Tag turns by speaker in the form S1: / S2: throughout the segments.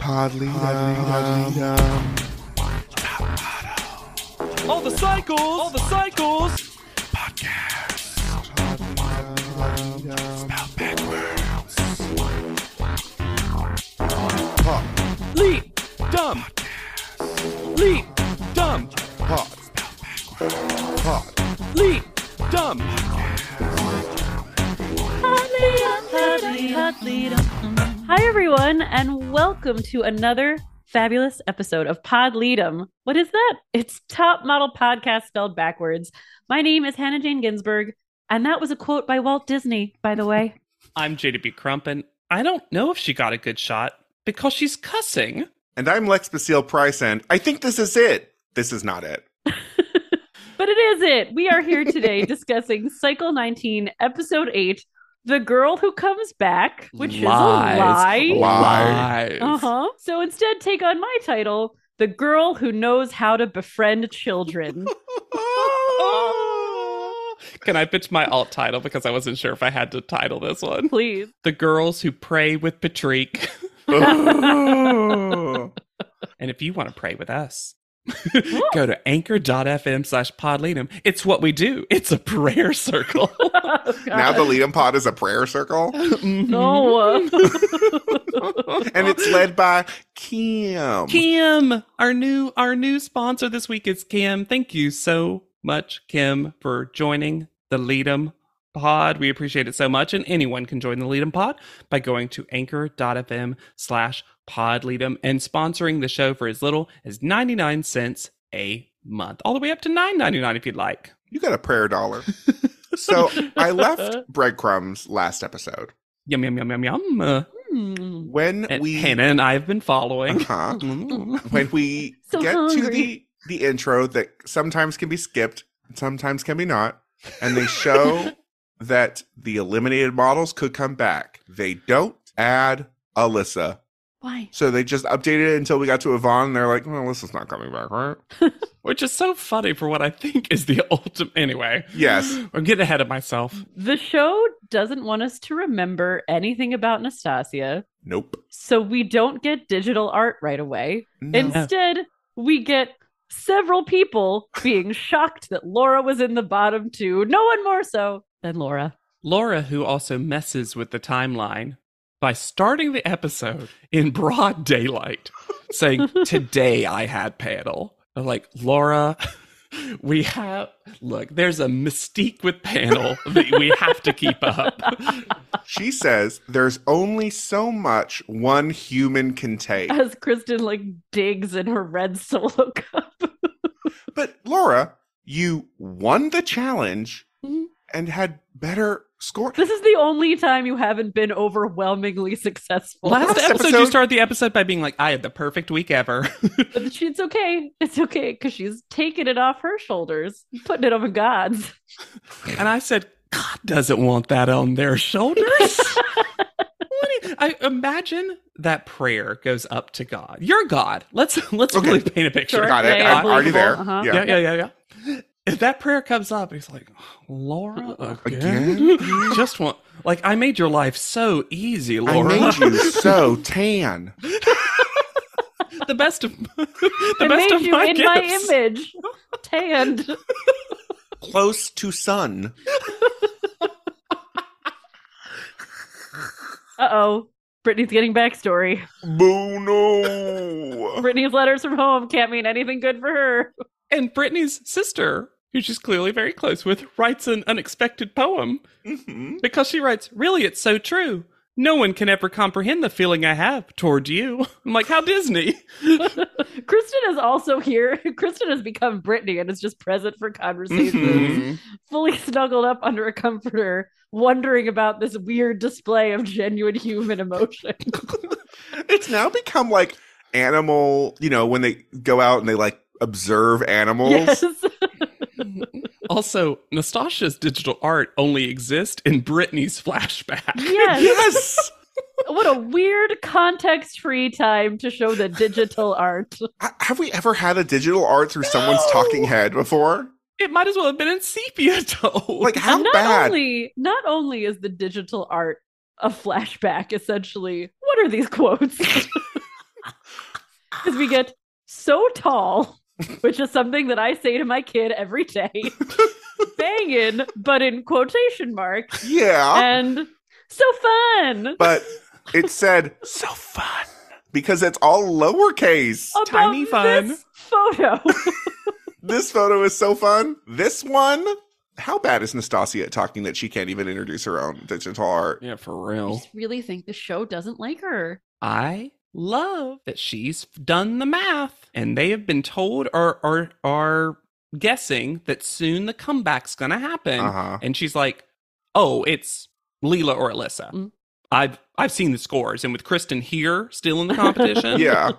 S1: Hardly, hardly, um,
S2: All the cycles, all the cycles.
S1: hardly, um,
S2: Leap, dumb. Leap, dumb.
S1: hot, hot,
S2: Leap, dumb.
S3: Hi, everyone, and welcome to another fabulous episode of Pod Leadum. What is that? It's Top Model Podcast spelled backwards. My name is Hannah Jane Ginsburg, and that was a quote by Walt Disney, by the way.
S4: I'm JDB Crump, and I don't know if she got a good shot because she's cussing.
S5: And I'm Lex Basile Price, and I think this is it. This is not it.
S3: but it is it. We are here today discussing Cycle 19, Episode 8, The Girl Who Comes Back, which is a lie.
S4: Lies.
S3: Uh huh. So instead, take on my title, The Girl Who Knows How to Befriend Children.
S4: Ah. Can I pitch my alt title because I wasn't sure if I had to title this one?
S3: Please.
S4: The girls who pray with Patrick.
S5: Oh.
S4: And if you want to pray with us, go to anchor.fm slash podleadum. It's what we do. It's a prayer circle.
S3: Oh,
S5: now
S3: God.
S5: the Leadum Pod is a prayer circle,
S3: No.
S5: and it's led by Kim.
S4: Kim, our new our new sponsor this week is Kim. Thank you so much, Kim, for joining the Leadem Pod. We appreciate it so much. And anyone can join the Leadem Pod by going to anchor.fm slash podleadem and sponsoring the show for as little as 99 cents a month. All the way up to 9.99 if you'd like.
S5: You got a prayer dollar. so I left breadcrumbs last episode
S4: Yum yum yum yum yum. Uh,
S3: Hmm.
S5: when
S4: and
S5: we
S4: Hannah and I have been following.
S5: Uh-huh. when we
S3: So
S5: get to the
S3: hungry.
S5: the intro that sometimes can be skipped, sometimes can be not, and they show that the eliminated models could come back. They don't add Alyssa.
S3: Why?
S5: So they just updated it until we got to Yvonne and they're like, well, Alyssa's not coming back, right?
S4: Which is so funny for what I think is the ultimate. Anyway,
S5: Yes.
S4: I'm getting ahead of myself.
S3: The show doesn't want us to remember anything about Nastasia,
S5: Nope.
S3: so we don't get digital art right away.
S5: No.
S3: Instead, we get several people being shocked that Laura was in the bottom two. No one more so than Laura.
S4: Laura, who also messes with the timeline by starting the episode in broad daylight, saying, Today I had panel. I'm like, Laura, we have, look, there's a mystique with panel that we have to keep up.
S5: she says there's only so much one human can take.
S3: As Kristen like digs in her red solo cup.
S5: But Laura, you won the challenge
S3: Mhm.
S5: and had better score.
S3: This is the only time you haven't been overwhelmingly successful.
S4: Last
S5: Last
S4: episode, you
S5: episode-
S4: started the episode by being like, I had the perfect week ever.
S3: But she, it's okay. It's okay because she's taking it off her shoulders, and putting it on God's.
S4: and I said, God doesn't want that on their shoulders. What do you- I imagine that prayer goes up to God. Your God. Let's let's
S5: Okay.
S4: really paint a picture.
S3: Sure.
S5: Got it.
S3: Okay,
S5: I'm already there.
S3: unbelievable. Uh-huh.
S4: Yeah,
S5: Yeah.
S4: yeah, yeah, yeah. If that prayer comes up, he's like, Laura again.
S5: Again?
S4: Just want like I made your life so easy, Laura.
S5: I made you so tan.
S4: the best of the
S3: I
S4: best
S3: made
S4: of
S3: you
S4: my
S3: in
S4: gifts.
S3: my image, tanned.
S5: Close to sun.
S3: Uh oh. Brittany's getting backstory.
S5: Boo
S4: Oh.
S5: no.
S3: Brittany's letters from home can't mean anything good for her.
S4: And Brittany's sister, who she's clearly very close with, writes an unexpected poem
S5: Mhm.
S4: because she writes, Really, it's so true. No one can ever comprehend the feeling I have toward you. I'm like, how Disney?
S3: Kristen is also here. Kristen has become Brittany and is just present for conversations,
S5: Mm-hmm.
S3: Mm-hmm.
S4: Mhm.
S3: fully snuggled up under a comforter, wondering about this weird display of genuine human emotion.
S5: It's now become like animal, you know, when they go out and they like observe animals.
S3: Yes.
S4: Also, Nastasha's digital art only exists in Brittany's flashback.
S3: Yes.
S5: Yes.
S3: what a weird context free time to show the digital art.
S5: Ha- Have we ever had a digital art through someone's
S4: No.
S5: talking head before?
S4: It might as well have been in sepia tone.
S5: Like how
S3: And not
S5: bad?
S3: only not only is the digital art a flashback essentially. What are these quotes? because we get so tall, which is something that I say to my kid every day. Banging, but in quotation marks,
S5: Yeah.
S3: and so fun.
S5: but it said
S4: So fun.
S5: because it's all lowercase.
S3: About
S4: tiny fun.
S3: This photo.
S5: This photo is so fun. This one, how bad is Nastasia at talking that she can't even introduce her own digital art?
S4: Yeah, for
S3: I
S4: real.
S3: just really think the show doesn't like her.
S4: I love that she's done the math and they have been told or are are guessing that soon the comeback's gonna happen.
S5: Uh huh.
S4: And she's like, "Oh, it's Leela or Alyssa."
S3: Mm.
S4: I've I've seen the scores, and with Kristen here still in the competition,
S5: Yeah.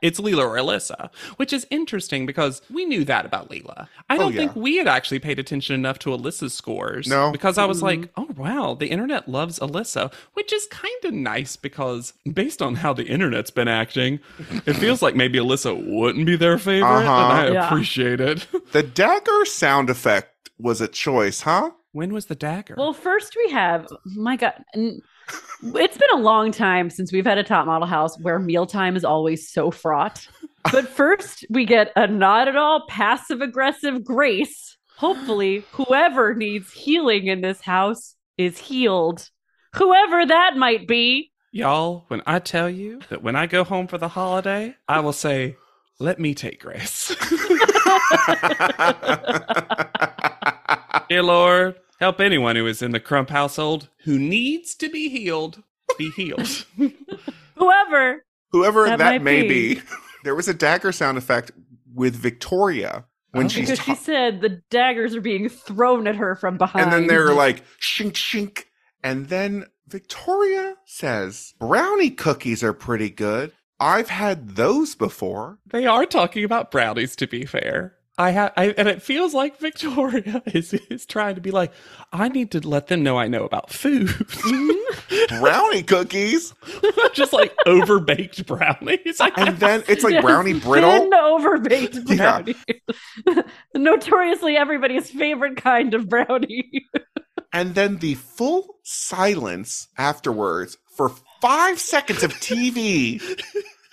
S4: it's Leela or Alyssa, which is interesting because we knew that about Leela. I
S5: Oh,
S4: don't
S5: yeah.
S4: think we had actually paid attention enough to Alyssa's scores.
S5: No.
S4: Because I was
S3: Mhm.
S4: like, oh, wow, the internet loves Alyssa, which is kind of nice because based on how the internet's been acting, it feels like maybe Alyssa wouldn't be their favorite.
S5: Uh-huh.
S4: And I
S3: Yeah.
S4: appreciate it.
S5: The dagger sound effect was a choice, huh?
S4: when was the dagger?
S3: Well, first we have my God. n- It's been a long time since we've had a top model house where mealtime is always so fraught. But first, we get a not at all passive aggressive grace. Hopefully, whoever needs healing in this house is healed. Whoever that might be.
S4: Y'all, when I tell you that when I go home for the holiday, I will say, let me take grace. Dear Lord, help anyone who is in the Crump household who needs to be healed, be healed.
S3: Whoever.
S5: Whoever that,
S3: That might
S5: may be.
S3: be.
S5: there was a dagger sound effect with Victoria when
S4: Oh.
S5: she's
S3: Because she
S5: ta-
S3: said the daggers are being thrown at her from behind.
S5: and then they're like shink shink, and then Victoria says brownie cookies are pretty good. I've had those before.
S4: they are talking about brownies, to be fair. I have, I, and it feels like Victoria is, is trying to be like, I need to let them know I know about food.
S5: Brownie cookies,
S4: Just like over baked brownies. I
S5: and then it's like
S3: Yes,
S5: brownie brittle.
S3: Thin, overbaked
S5: Yeah.
S3: brownie. Notoriously everybody's favorite kind of brownie.
S5: And then the full silence afterwards for five seconds of TV.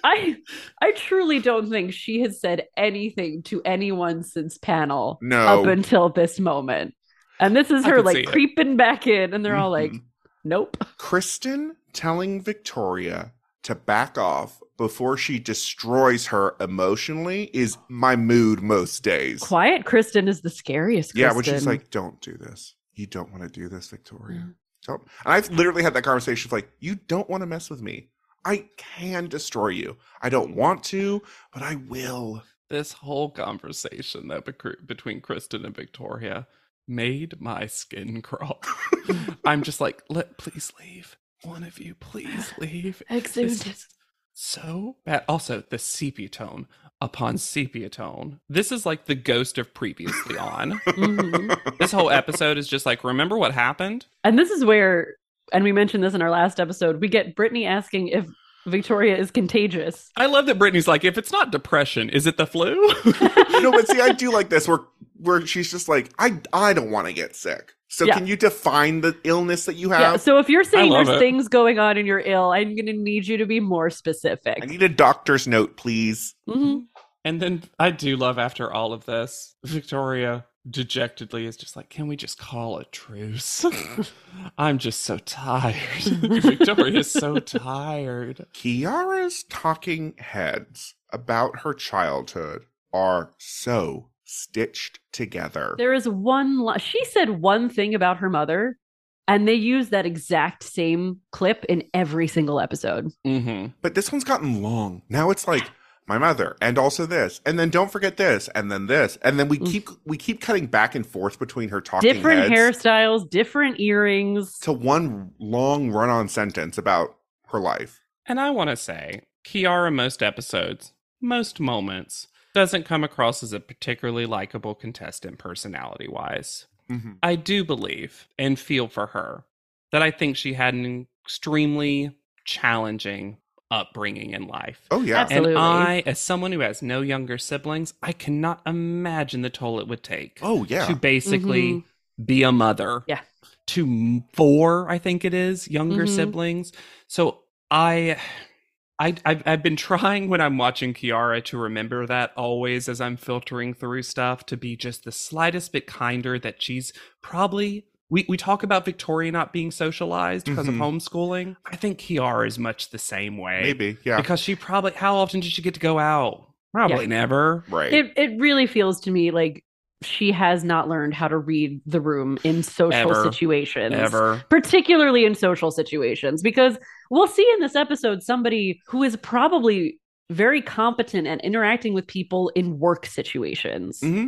S3: I I truly don't think she has said anything to anyone since panel up
S5: No.
S3: until this moment. And this is
S4: I
S3: her
S4: can see
S3: like
S4: it.
S3: creeping back in and they're all like,
S5: Mhm.
S3: Nope.
S5: Kristen telling Victoria to back off before she destroys her emotionally is my mood most days.
S3: Quiet Kristen is the scariest
S5: Yeah,
S3: Kristen.
S5: when she's like, don't do this. You don't want to do this, Victoria. Don't. And I've literally had that conversation of like, you don't want to mess with me. I can destroy you. I don't want to, but I will.
S4: this whole conversation that becru- between Kristen and Victoria made my skin crawl. I'm just like, let please leave. One of you, please leave. This
S3: Exhumed.
S4: is so bad. Also, the sepia tone upon sepia tone. This is like the ghost of previously on.
S3: Mhm.
S4: this whole episode is just like, remember what happened?
S3: And this is where, and we mentioned this in our last episode, we get Brittany asking if Victoria is contagious.
S4: I love that Brittany's like, if it's not depression, is it the flu?
S5: no, but see, I do like this where where she's just like, I I don't want to get sick. So
S3: Yeah.
S5: can you define the illness that you have?
S3: Yeah. So if you're saying
S4: love
S3: there's
S4: it.
S3: things going on and you're ill, I'm going to need you to be more specific.
S5: I need a doctor's note, please.
S4: Mm-hmm.
S3: Mhm.
S4: and then I do love after all of this, Victoria dejectedly is just like, can we just call a truce? I'm just so tired. Victoria's so tired.
S5: Kiara's talking heads about her childhood are so stitched together.
S3: There is one. Li- she said one thing about her mother, and they use that exact same clip in every single episode.
S4: Mm-hmm.
S5: but this one's gotten long. Now it's like my mother and also this and then don't forget this and then this and then we
S3: Mm.
S5: keep we keep cutting back and forth between her talking
S3: different
S5: heads
S3: hairstyles, different earrings.
S5: to one long run-on sentence about her life.
S4: And I want to say, Kiara, most episodes, most moments, doesn't come across as a particularly likable contestant personality wise.
S5: Mhm.
S4: I do believe and feel for her that I think she had an extremely challenging upbringing in life.
S5: Oh yeah.
S3: Absolutely.
S4: And I, as someone who has no younger siblings, I cannot imagine the toll it would take
S5: Oh yeah.
S4: to basically be a mother
S3: Mm-hmm. Yeah. Mm-hmm.
S4: to m- four i think it is younger
S3: Mhm.
S4: siblings so i I, I've, I've been trying when I'm watching Kiara to remember that always as I'm filtering through stuff to be just the slightest bit kinder that she's probably. We, we talk about Victoria not being socialized because of
S5: Mhm.
S4: homeschooling. I think Kiara is much the same way.
S5: Maybe. Yeah.
S4: Because she probably, how often did she get to go out? Probably never.
S5: Right.
S3: It it really feels to me like she has not learned how to read the room in social
S4: Ever.
S3: situations.
S4: Ever.
S3: Particularly in social situations, because we'll see in this episode somebody who is probably very competent at interacting with people in work situations.
S5: hmm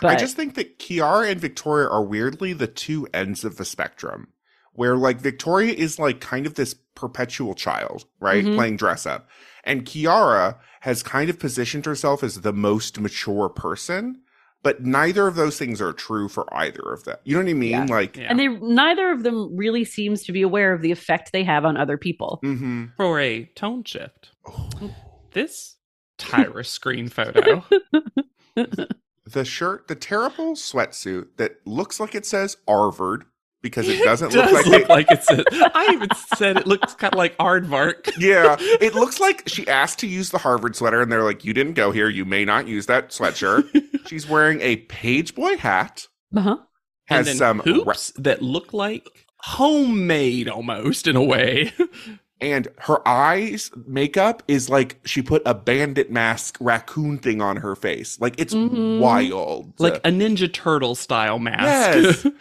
S3: But
S5: I just think that Kiara and Victoria are weirdly the two ends of the spectrum, where like Victoria is like kind of this perpetual child, right?
S3: Mhm.
S5: Playing dress up. And Kiara has kind of positioned herself as the most mature person, but neither of those things are true for either of them. You know what I
S3: Yeah.
S5: mean? Like,
S4: Yeah.
S3: and they neither of them really seems to be aware of the effect they have on other people.
S5: mm-hmm.
S4: for a tone shift.
S5: Oh.
S4: This Tyra screen photo.
S5: the shirt, the terrible sweatsuit that looks like it says Harvard because it doesn't
S4: does
S5: look like it.
S4: look like it's a, I even said it looks kind of like aardvark.
S5: Yeah, it looks like she asked to use the Harvard sweater, and they're like, "You didn't go here. You may not use that sweatshirt." She's wearing a pageboy hat,
S4: Mm-hmm.
S3: Uh-huh.
S5: has
S4: and then
S5: some,
S4: hoops that look like homemade almost in a way.
S5: and her eyes makeup is like she put a bandit mask raccoon thing on her face. Like it's
S3: Mhm.
S5: wild.
S4: Mm-hmm. like a Ninja Turtle style mask.
S5: yes,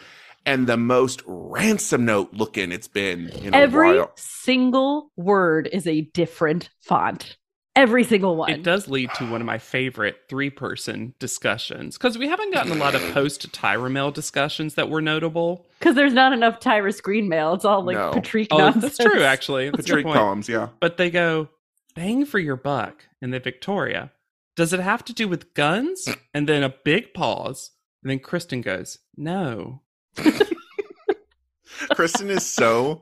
S5: and the most ransom note looking it's been in a
S3: Every
S5: while.
S3: single word is a different font. Every single one.
S4: it does lead to one of my favorite three person discussions because we haven't gotten a lot of post Tyra Mail discussions that were notable.
S3: Because there's not enough Tyra screen mail. It's all like
S5: No.
S3: Patrick
S4: Oh,
S3: nonsense.
S4: that's true, actually. That's a good
S5: Patrick
S4: point.
S5: poems, yeah.
S4: But they go, bang for your buck in the Victoria. Does it have to do with guns? And then a big pause. And then Kristen goes, no.
S5: Kristen is so done.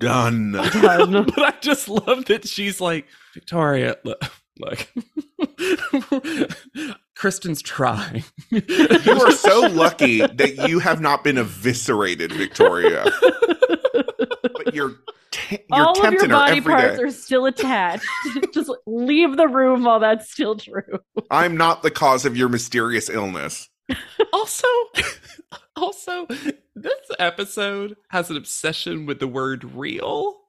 S3: Done.
S4: but I just love that she's like, Victoria, look. look. Kristen's trying.
S5: You are so lucky that you have not been eviscerated, Victoria. But you're te- you're
S3: all of
S5: tempting
S3: your
S5: her
S3: body
S5: every
S3: parts
S5: day.
S3: are still attached. Just leave the room while that's still true.
S5: I'm not the cause of your mysterious illness.
S4: also also this episode has an obsession with the word real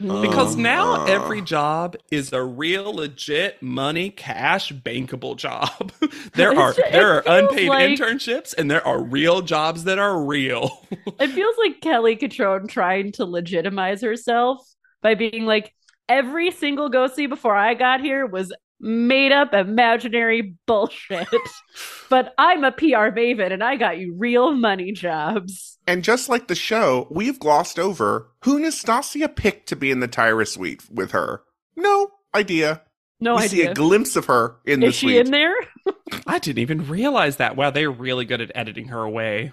S4: because
S3: Uh-huh.
S5: Um,
S4: now
S5: uh.
S4: every job is a real legit money cash bankable job there are
S3: It's ju-
S4: there are
S3: it feels
S4: unpaid
S3: like-
S4: internships and there are real jobs that are real
S3: It feels like Kelly Catrone trying to legitimize herself by being like, every single go see before I got here was made up imaginary bullshit. but I'm a PR maven and I got you real money jobs.
S5: And just like the show, we've glossed over who Nastasia picked to be in the Tyra suite with her. No idea.
S3: No
S5: we see
S3: idea.
S5: a glimpse of her in the
S3: Is she
S5: suite.
S3: in there?
S4: i didn't even realize that wow they're really good at editing her away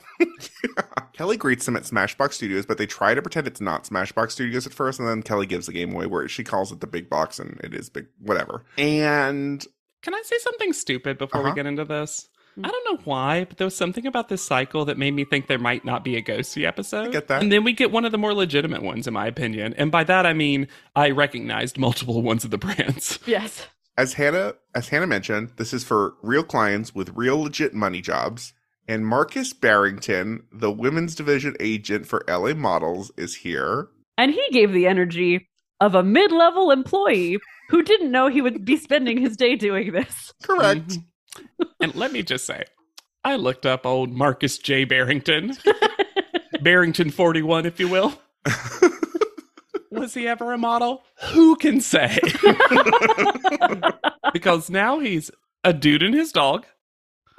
S5: Kelly greets them at Smashbox Studios, but they try to pretend it's not Smashbox Studios at first, and then Kelly gives the game away where she calls it the big box, and it is big, whatever. And
S4: Can I say something stupid before
S5: Uh-huh.
S4: we get into this?
S3: Mm.
S4: I don't know why, but there was something about this cycle that made me think there might not be a Ghosty episode.
S5: get that.
S4: And then we get one of the more legitimate ones, in my opinion. And by that, I mean I recognized multiple ones of the brands.
S3: Yes.
S5: as Hannah as Hannah mentioned, this is for real clients with real legit money jobs. And Marcus Barrington, the women's division agent for LA Models, is here.
S3: And he gave the energy of a mid level employee who didn't know he would be spending his day doing this.
S5: Correct.
S4: Mhm. and let me just say, I looked up old Marcus J. Barrington, Barrington 41, if you will. Was he ever a model? Who can say? because now he's a dude and his dog.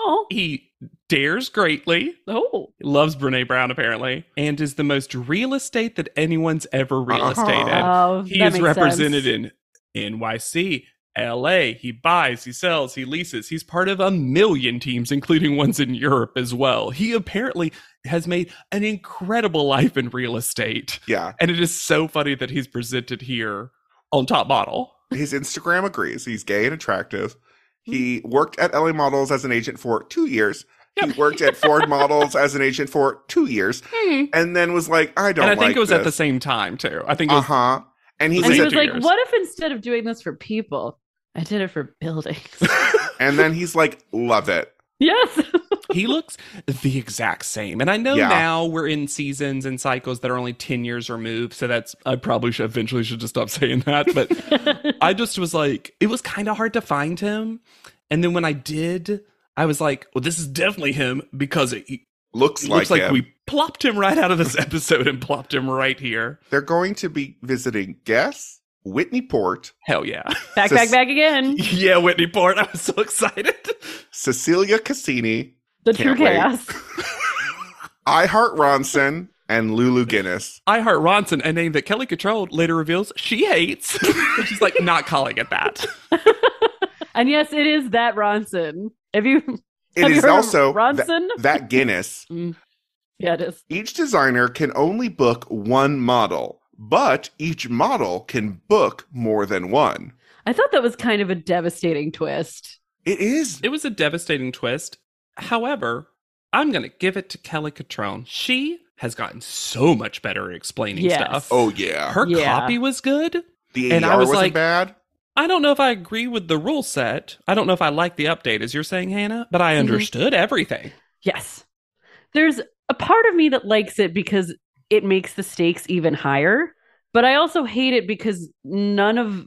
S3: Oh,
S4: He dares greatly,
S3: oh.
S4: loves Brene Brown apparently, and is the most real estate that anyone's ever real
S5: Uh-huh.
S4: estated.
S3: Oh,
S4: He
S3: that
S4: is
S3: makes
S4: represented
S3: sense.
S4: in NYC, LA. He buys, he sells, he leases. He's part of a million teams, including ones in Europe as well. He apparently has made an incredible life in real estate.
S5: Yeah.
S4: And it is so funny that he's presented here on Top Model.
S5: His Instagram agrees. He's gay and attractive.
S4: Mm-hmm.
S5: He worked at LA Models as an agent for two years. He worked at Ford Models as an agent
S3: Hmm.
S5: for two years. And then was like, I don't
S4: and I
S5: like
S4: think it was at the
S5: this.
S4: same time too. I think it
S5: Uh
S4: was
S5: huh. And he
S3: and he
S5: said,
S3: was
S4: two
S3: like,
S4: years.
S3: "What if instead of doing this for people, I did it for buildings?"
S5: and then he's like, love it.
S3: yes.
S4: he looks the exact same. And I know
S5: Yeah.
S4: now we're in seasons and cycles that are only 10 years removed. So that's, I probably should eventually should just stop saying that. But I just was like, it was kind of hard to find him. And then when I did, I was like, well, this is definitely him because it, it
S5: Looks like,
S4: looks like
S5: him.
S4: we plopped him right out of this episode and plopped him right here.
S5: They're going to be visiting Guess, Whitney Port,
S4: Hell yeah.
S3: back, back, back again.
S4: yeah, Whitney Port. I was so excited.
S5: Cecilia Cassini,
S3: The true
S5: Can't wait.
S3: chaos.
S5: I Heart Ronson, and Lulu Guinness.
S4: I Heart Ronson, a name that Kelly Control later reveals she hates. She's like, not calling it that.
S3: And yes, it is that Ronson. Have you?
S5: It
S3: have you
S5: is
S3: heard of
S5: also that,
S3: Ronson.
S5: that Guinness.
S3: yeah, it is.
S5: Each designer can only book one model, but each model can book more than one.
S3: I thought that was kind of a devastating twist.
S5: It is.
S4: It was a devastating twist. However, I'm going to give it to Kelly Catron. She has gotten so much better at explaining
S3: Yes.
S4: stuff.
S5: Oh, yeah.
S4: Her
S3: Yeah.
S4: copy was good.
S5: The ADR
S4: and I was
S5: was not
S4: like-
S5: bad.
S4: I don't know if I agree with the rule set. I don't know if I like the update, as you're saying, Hannah, but I
S3: Mhm.
S4: understood everything.
S3: Yes, there's a part of me that likes it because it makes the stakes even higher, but I also hate it because none of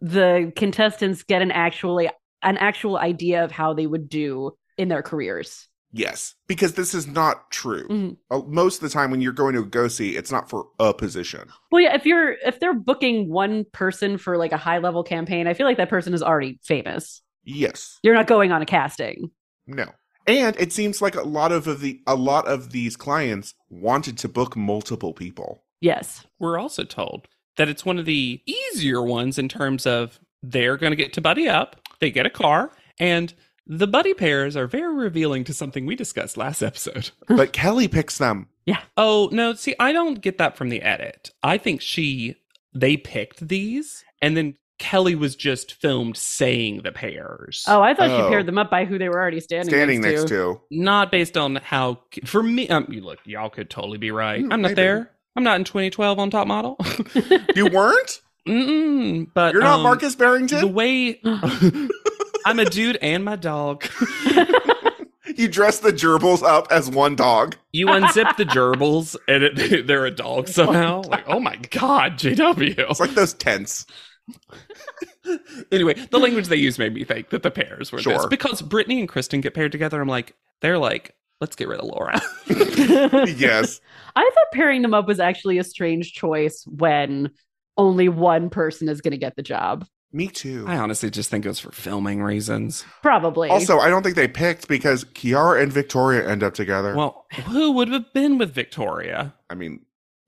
S3: the contestants get an actually an actual idea of how they would do in their careers.
S5: Yes, because this is not true.
S3: Mhm.
S5: Uh, Most of the time, when you're going to go see, it's not for a position.
S3: Well, yeah, if you're if they're booking one person for like a high level campaign, I feel like that person is already famous.
S5: Yes,
S3: You're not going on a casting.
S5: no, and it seems like a lot of, of the a lot of these clients wanted to book multiple people.
S3: Yes.
S4: We're also told that it's one of the easier ones in terms of they're going to get to buddy up, they get a car, and the buddy pairs are very revealing to something we discussed last episode.
S5: But Kelly picks them.
S4: Oh, no, see, I don't get that from the edit. I think she they picked these and then Kelly was just filmed saying the pairs.
S3: Oh, I thought
S5: Oh.
S3: she paired them up by who they were already standing
S5: standing next, to.
S4: Not based on how for me um you look, y'all could totally be right.
S5: Hmm,
S4: I'm not
S5: maybe.
S4: there. I'm not in 2012 on top model.
S5: You weren't.
S4: Mm-mm, but
S5: You're not
S4: um,
S5: Marcus Barrington.
S4: The way I'm a dude and my dog.
S5: You dress the gerbils up as one dog.
S4: You unzip the gerbils and it, they're a dog somehow. Like, oh my god, JW.
S5: It's like those tents.
S4: anyway, the language they used made me think that the pairs were this
S5: Sure.
S4: because Brittany and Kristen get paired together. I'm like, they're like, let's get rid of Laura.
S5: Yes.
S3: I thought pairing them up was actually a strange choice when only one person is going to get the job.
S5: Me too.
S4: I honestly just think it was for filming reasons.
S3: Probably.
S5: Also, I don't think they picked because Kiara and Victoria end up together.
S4: Well, who would have been with Victoria?
S5: I mean,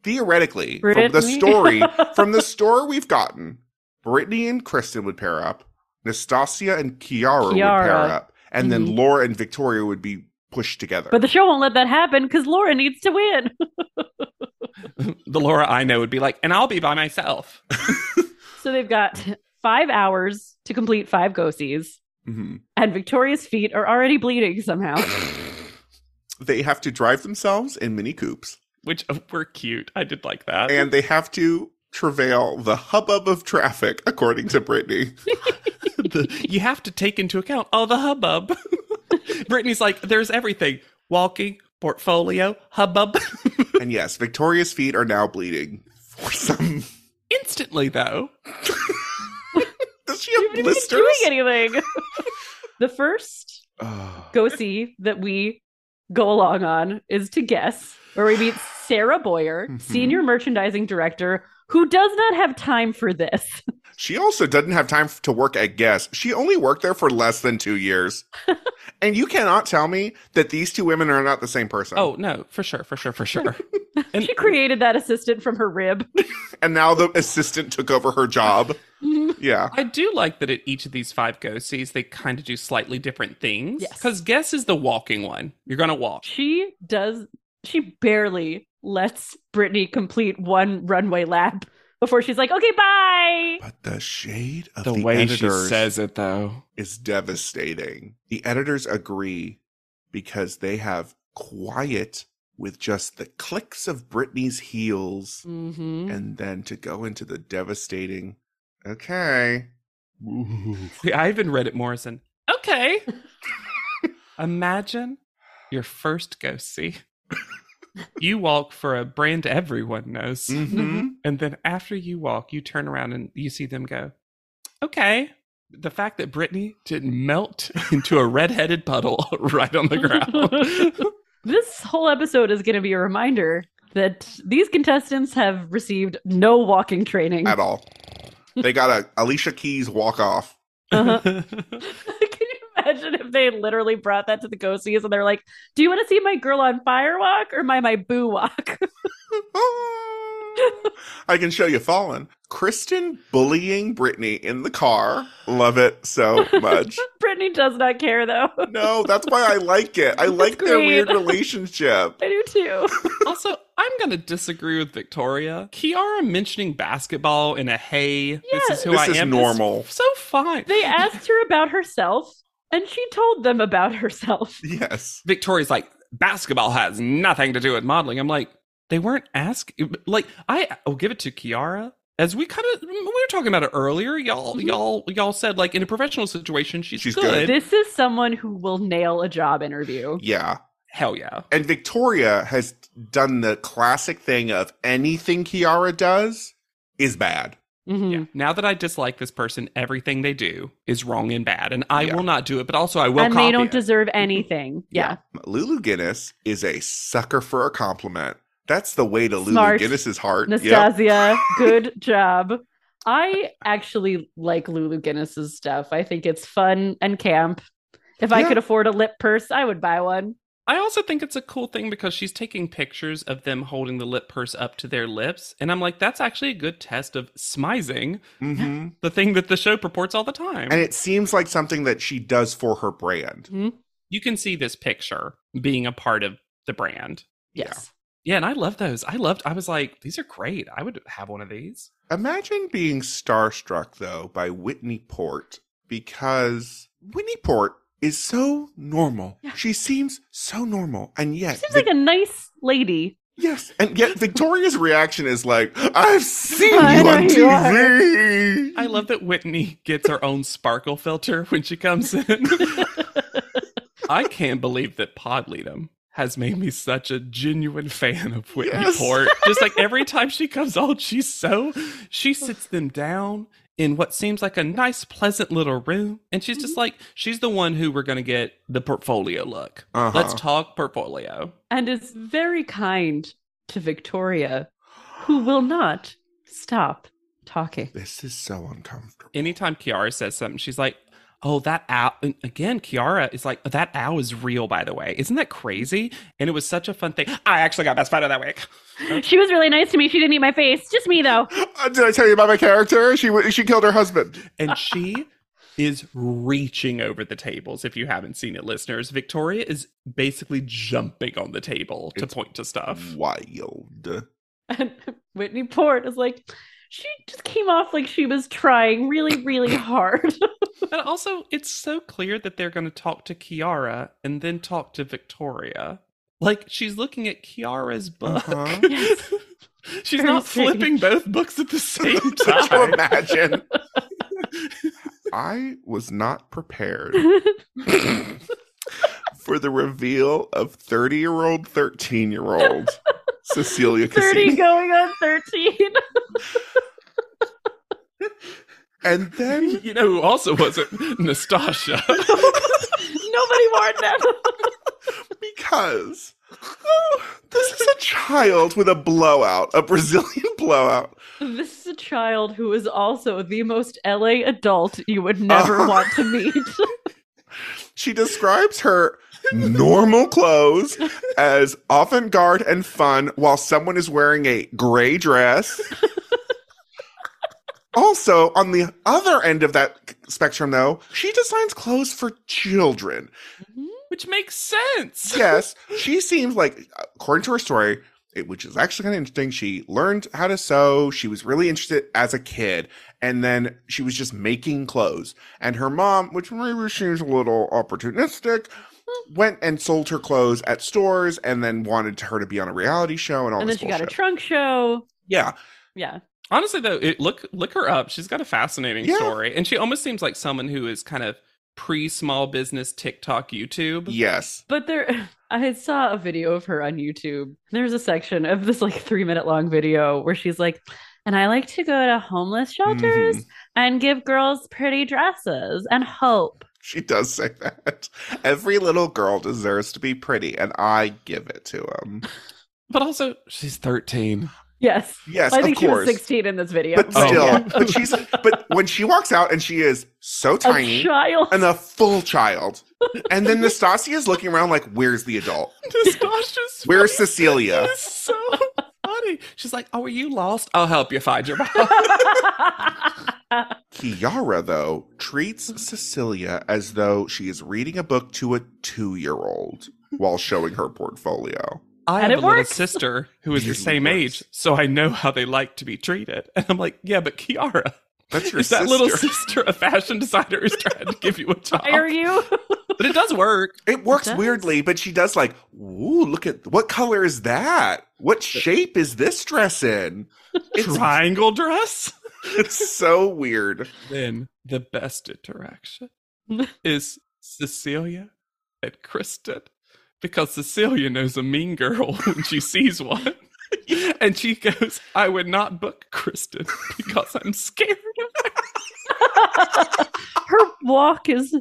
S5: theoretically, from the
S3: Brittany.
S5: story, from the story we've gotten, Brittany and Kristen would pair up, Nastasia and Kiara, would pair
S3: Kiara. Mm-hmm.
S5: up, and then Laura and Victoria would be pushed together.
S3: but the show won't let that happen because Laura needs to win.
S4: The Laura I know would be like, and I'll be by myself.
S3: so they've got five hours to complete five go-sees,
S5: Mhm.
S3: and Victoria's feet are already bleeding somehow.
S5: They have to drive themselves in mini coops,
S4: Which uh, were cute. I did like that.
S5: and they have to travail the hubbub of traffic, according to Brittany.
S4: the, you have to take into account all the hubbub. Brittany's like, there's everything walking, portfolio, hubbub.
S5: and yes, Victoria's feet are now bleeding for some.
S4: Instantly, though,
S5: Does she
S3: You
S5: have
S3: haven't even been
S5: blisters?
S3: doing anything. the first
S5: Ugh.
S3: go-see that we go along on is to guess, where we meet Sarah Boyer,
S4: Mm-hmm.
S5: Mhm.
S3: senior merchandising director, who does not have time for this.
S5: She also doesn't have time to work at Guess. She only worked there for less than two years. and you cannot tell me that these two women are not the same person.
S4: Oh no, for sure, for sure, for sure. And
S3: She created that assistant from her rib.
S5: And now the assistant took over her job. Yeah.
S4: I do like that at each of these five go sees they kind of do slightly different things.
S3: Yes.
S4: Because guess is the walking one. You're gonna walk.
S3: she does she barely lets Brittany complete one runway lap before she's like, okay, bye.
S5: But the shade of the, editors
S4: it though.
S5: is devastating. The editors agree because they have quiet with just the clicks of Britney's heels
S3: Mm-hmm.
S5: and then to go into the devastating okay
S4: I even read it, Morrison. Okay. Imagine your first go see. You walk for a brand everyone knows.
S5: Mhm.
S4: And then after you walk, you turn around and you see them go, okay. The fact that Brittany didn't melt into a redheaded puddle right on the ground.
S3: This whole episode is going to be a reminder that these contestants have received no walking training.
S5: at all they got a alicia keys walk off
S3: Uh-huh. Can you imagine if they literally brought that to the ghosties and they're like, "Do you want to see my girl on fire walk or my my boo walk?"
S5: Ah, i can show you fallen kristen bullying brittany in the car love it so much
S3: Brittany does not care though.
S5: no that's why i like it i like their
S3: Agreed.
S5: weird relationship
S3: I do too.
S4: also, I'm going to disagree with Victoria. Kiara mentioning basketball in a hey, this is who
S5: this
S4: I
S5: is
S4: am.
S5: normal
S4: So fine.
S3: They asked her about herself, and she told them about herself.
S5: yes
S4: Victoria's like, basketball has nothing to do with modeling. I'm like, they weren't asking. Like, I will give it to Kiara. As we kind of we were talking about it earlier, y'all,
S3: Mhm.
S4: y'all, y'all said like in a professional situation, she's,
S5: She's
S4: good.
S5: good.
S3: This is someone who will nail a job interview.
S5: yeah
S4: Hell yeah.
S5: And Victoria has done the classic thing of anything Kiara does is bad.
S3: Mhm.
S4: Yeah. Now that I dislike this person, everything they do is wrong and bad, and I
S5: Yeah.
S4: will not do it. But also, I will
S3: And
S4: copy.
S3: they
S4: it.
S3: don't
S4: Mm-hmm.
S3: deserve anything. Yeah.
S5: Lulu Guinness is a sucker for a compliment. That's the way to Lulu
S3: Smart.
S5: Guinness's heart. Yep.
S3: Nastasia, good job. I actually like Lulu Guinness's stuff. I think it's fun and camp. If I
S5: Yeah.
S3: could afford a lip purse, I would buy one.
S4: I also think it's a cool thing because she's taking pictures of them holding the lip purse up to their lips, and I'm like, that's actually a good test of smizing,
S3: Mm-hmm.
S5: Mhm.
S4: the thing that the show purports all the time.
S5: And it seems like something that she does for her brand.
S4: you can see this picture being a part of the brand.
S3: Yes.
S4: Yeah, and I love those. I loved. I was like, these are great. I would have one of these.
S5: Imagine being starstruck though by Whitney Port because Whitney Port is so normal.
S3: Yeah.
S5: She seems so normal. And yet
S3: She seems like a nice lady.
S5: Yes, and yet Victoria's reaction is like, "I've seen
S3: I
S5: you
S3: know
S5: on
S3: you
S5: TV."
S4: I love that Whitney gets her own sparkle filter when she comes in. I can't believe that Podleadum has made me such a genuine fan of Whitney
S5: Yes.
S4: Port. Just like every time she comes on, she's so she sits them down in what seems like a nice, pleasant little room, and she's just like, she's the one who we're gonna get the portfolio look.
S5: Uh-huh.
S4: Let's talk portfolio.
S3: and is very kind to Victoria, who will not stop talking.
S5: This is so uncomfortable.
S4: anytime Kiara says something, she's like, "Oh, that owl!" And again, Kiara is like, "Oh, "That owl is real, by the way. Isn't that crazy?" And it was such a fun thing. I actually got best fight of that week.
S3: She was really nice to me. She didn't eat my face. Just me, though.
S5: Uh, did I tell you about my character? She w- she killed her husband.
S4: And she is reaching over the tables. If you haven't seen it, listeners, Victoria is basically jumping on the table to
S5: It's
S4: point to stuff.
S5: Wild.
S3: And Whitney Port is like, she just came off like she was trying really, really hard.
S4: And also, it's so clear that they're going to talk to Kiara and then talk to Victoria. Like she's looking at Kiara's book.
S5: Uh-huh.
S3: Yes.
S4: she's
S3: Very
S4: not
S3: strange.
S4: flipping both books at the same
S5: Could you
S4: time.
S5: imagine? I was not prepared for the reveal of thirty-year-old, thirteen-year-old Cecilia
S3: 30
S5: Cassini,
S3: going on 13.
S5: and then
S4: You know who also wasn't? Nastasha.
S3: Nobody warned them.
S5: because oh, this is a child with a blowout, a Brazilian blowout.
S3: This is a child who is also the most LA adult you would never
S5: Uh-huh.
S3: want to meet.
S5: She describes her normal clothes as avant garde and fun while someone is wearing a gray dress. also, on the other end of that spectrum, though, she designs clothes for children.
S4: Which makes sense.
S5: Yes, she seems like, according to her story, it, which is actually kind of interesting, she learned how to sew. She was really interested as a kid. And then she was just making clothes. And her mom, which maybe seems a little opportunistic, went and sold her clothes at stores and then wanted her to be on a reality show and all
S3: and then
S5: this
S3: she got a
S5: bullshit.
S3: trunk show.
S5: yeah.
S3: Yeah.
S4: Honestly, though, it, look look her up. She's got a fascinating
S5: Yeah.
S4: story, and she almost seems like someone who is kind of pre small business TikTok YouTube.
S5: Yes.
S3: But there, I saw a video of her on YouTube. There's a section of this like three minute long video where she's like, and I like to go to homeless shelters
S5: Mhm.
S3: and give girls pretty dresses and hope.
S5: She does say that. Every little girl deserves to be pretty, and I give it to him.
S4: But also, she's thirteen.
S3: Yes.
S5: Yes,
S3: Well, I think
S5: of
S3: she was
S5: course.
S3: 16 in this video.
S5: But
S4: Oh,
S5: still,
S4: yeah.
S5: but she's but when she walks out and she is so
S3: a
S5: tiny
S3: child.
S5: and a full child, and then Nastasia is looking around like, "Where's the adult?
S4: Nastasha's
S5: Where's Cecilia?"
S4: It's so funny. She's like, "Oh, are you lost? I'll help you find your mom."
S5: Kiara though treats Cecilia as though she is reading a book to a two-year-old while showing her portfolio.
S4: I have
S3: And
S4: a
S3: it
S4: little
S3: works.
S4: sister who is your
S5: Usually
S4: same
S5: works.
S4: age, so I know how they like to be treated. And I'm like, yeah, but Kiara,
S5: That's your
S4: is
S5: sister.
S4: that little sister a fashion designer who's trying to give you a job?
S3: Why are you?
S4: But it does work.
S5: It works
S3: does.
S5: weirdly, but she does like, ooh, look at what color is that? What shape is this dress in? It's,
S4: Triangle dress.
S5: it's so weird.
S4: Then the best interaction is Cecilia and Kristen because Cecilia knows a mean girl when she sees one. And she goes, I would not book Kristen because I'm scared.
S3: Her walk is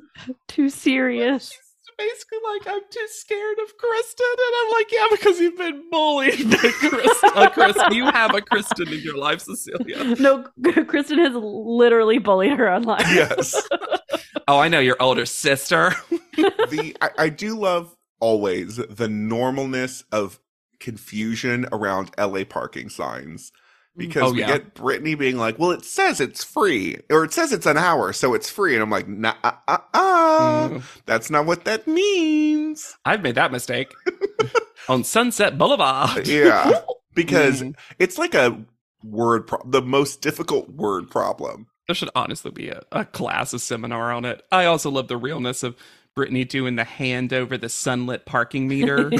S3: too serious.
S4: She's basically like, I'm too scared of Kristen. And I'm like, yeah, because you've been bullied by Kristen. Uh, Kristen you have a Kristen in your life, Cecilia.
S3: No, Kristen has literally bullied her online.
S5: Yes.
S4: Oh, I know your older sister.
S5: the I, I do love always the normalness of confusion around LA parking signs. Because
S4: Oh,
S5: we
S4: yeah.
S5: get Brittany being like, well, it says it's free, or it says it's an hour, so it's free. And I'm like, nah, uh, uh,
S4: Mm-hmm.
S5: uh,
S4: Mm.
S5: that's not what that means.
S4: I've made that mistake on Sunset Boulevard.
S5: Yeah. Because
S4: Mm.
S5: it's like a word, pro- the most difficult word problem.
S4: There should honestly be a, a class, a seminar on it. I also love the realness of Brittany doing the hand over the sunlit parking meter.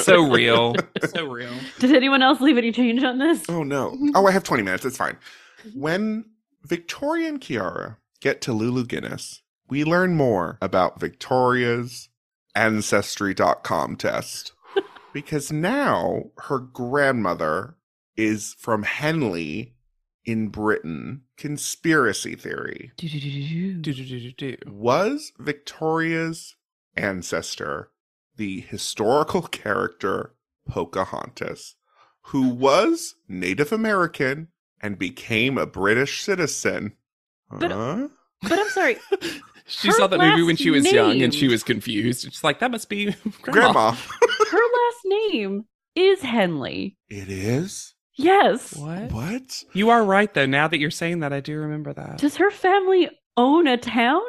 S4: so real. So real.
S3: Did anyone else leave any change on this?
S5: Oh no. Oh, I have 20 minutes. It's fine. When Victoria and Kiara get to Lulu Guinness, we learn more about Victoria's ancestry.com test because now her grandmother is from Henley in Britain. Conspiracy theory.
S4: Do, do, do, do, do.
S5: Was Victoria's ancestor the historical character Pocahontas, who was Native American and became a British citizen?
S3: But-
S5: Huh?
S3: But I'm sorry.
S4: She
S3: Her
S4: saw that movie when
S3: last
S4: she was young and she
S3: name.
S4: was confused. She's like, that must be grandma.
S5: Grandma.
S3: Her last name is Henley.
S5: It is?
S3: Yes.
S4: What?
S5: What?
S4: You are right, though. Now that you're saying that, I do remember that.
S3: Does her family own a town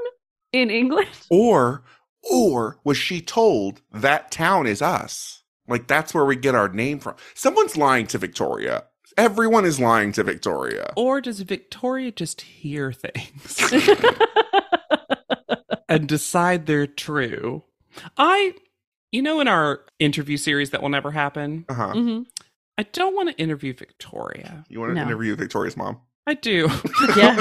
S3: in England?
S5: Or or was she told that town is us? Like that's where we get our name from. Someone's lying to Victoria. Everyone is lying to Victoria.
S4: or does Victoria just hear things and decide they're true? I, you know, in our interview series that will never happen,
S5: Uh-huh.
S3: Mhm.
S4: I don't want to interview Victoria.
S5: You want to
S3: No.
S5: interview Victoria's mom?
S4: I do.
S3: Yeah.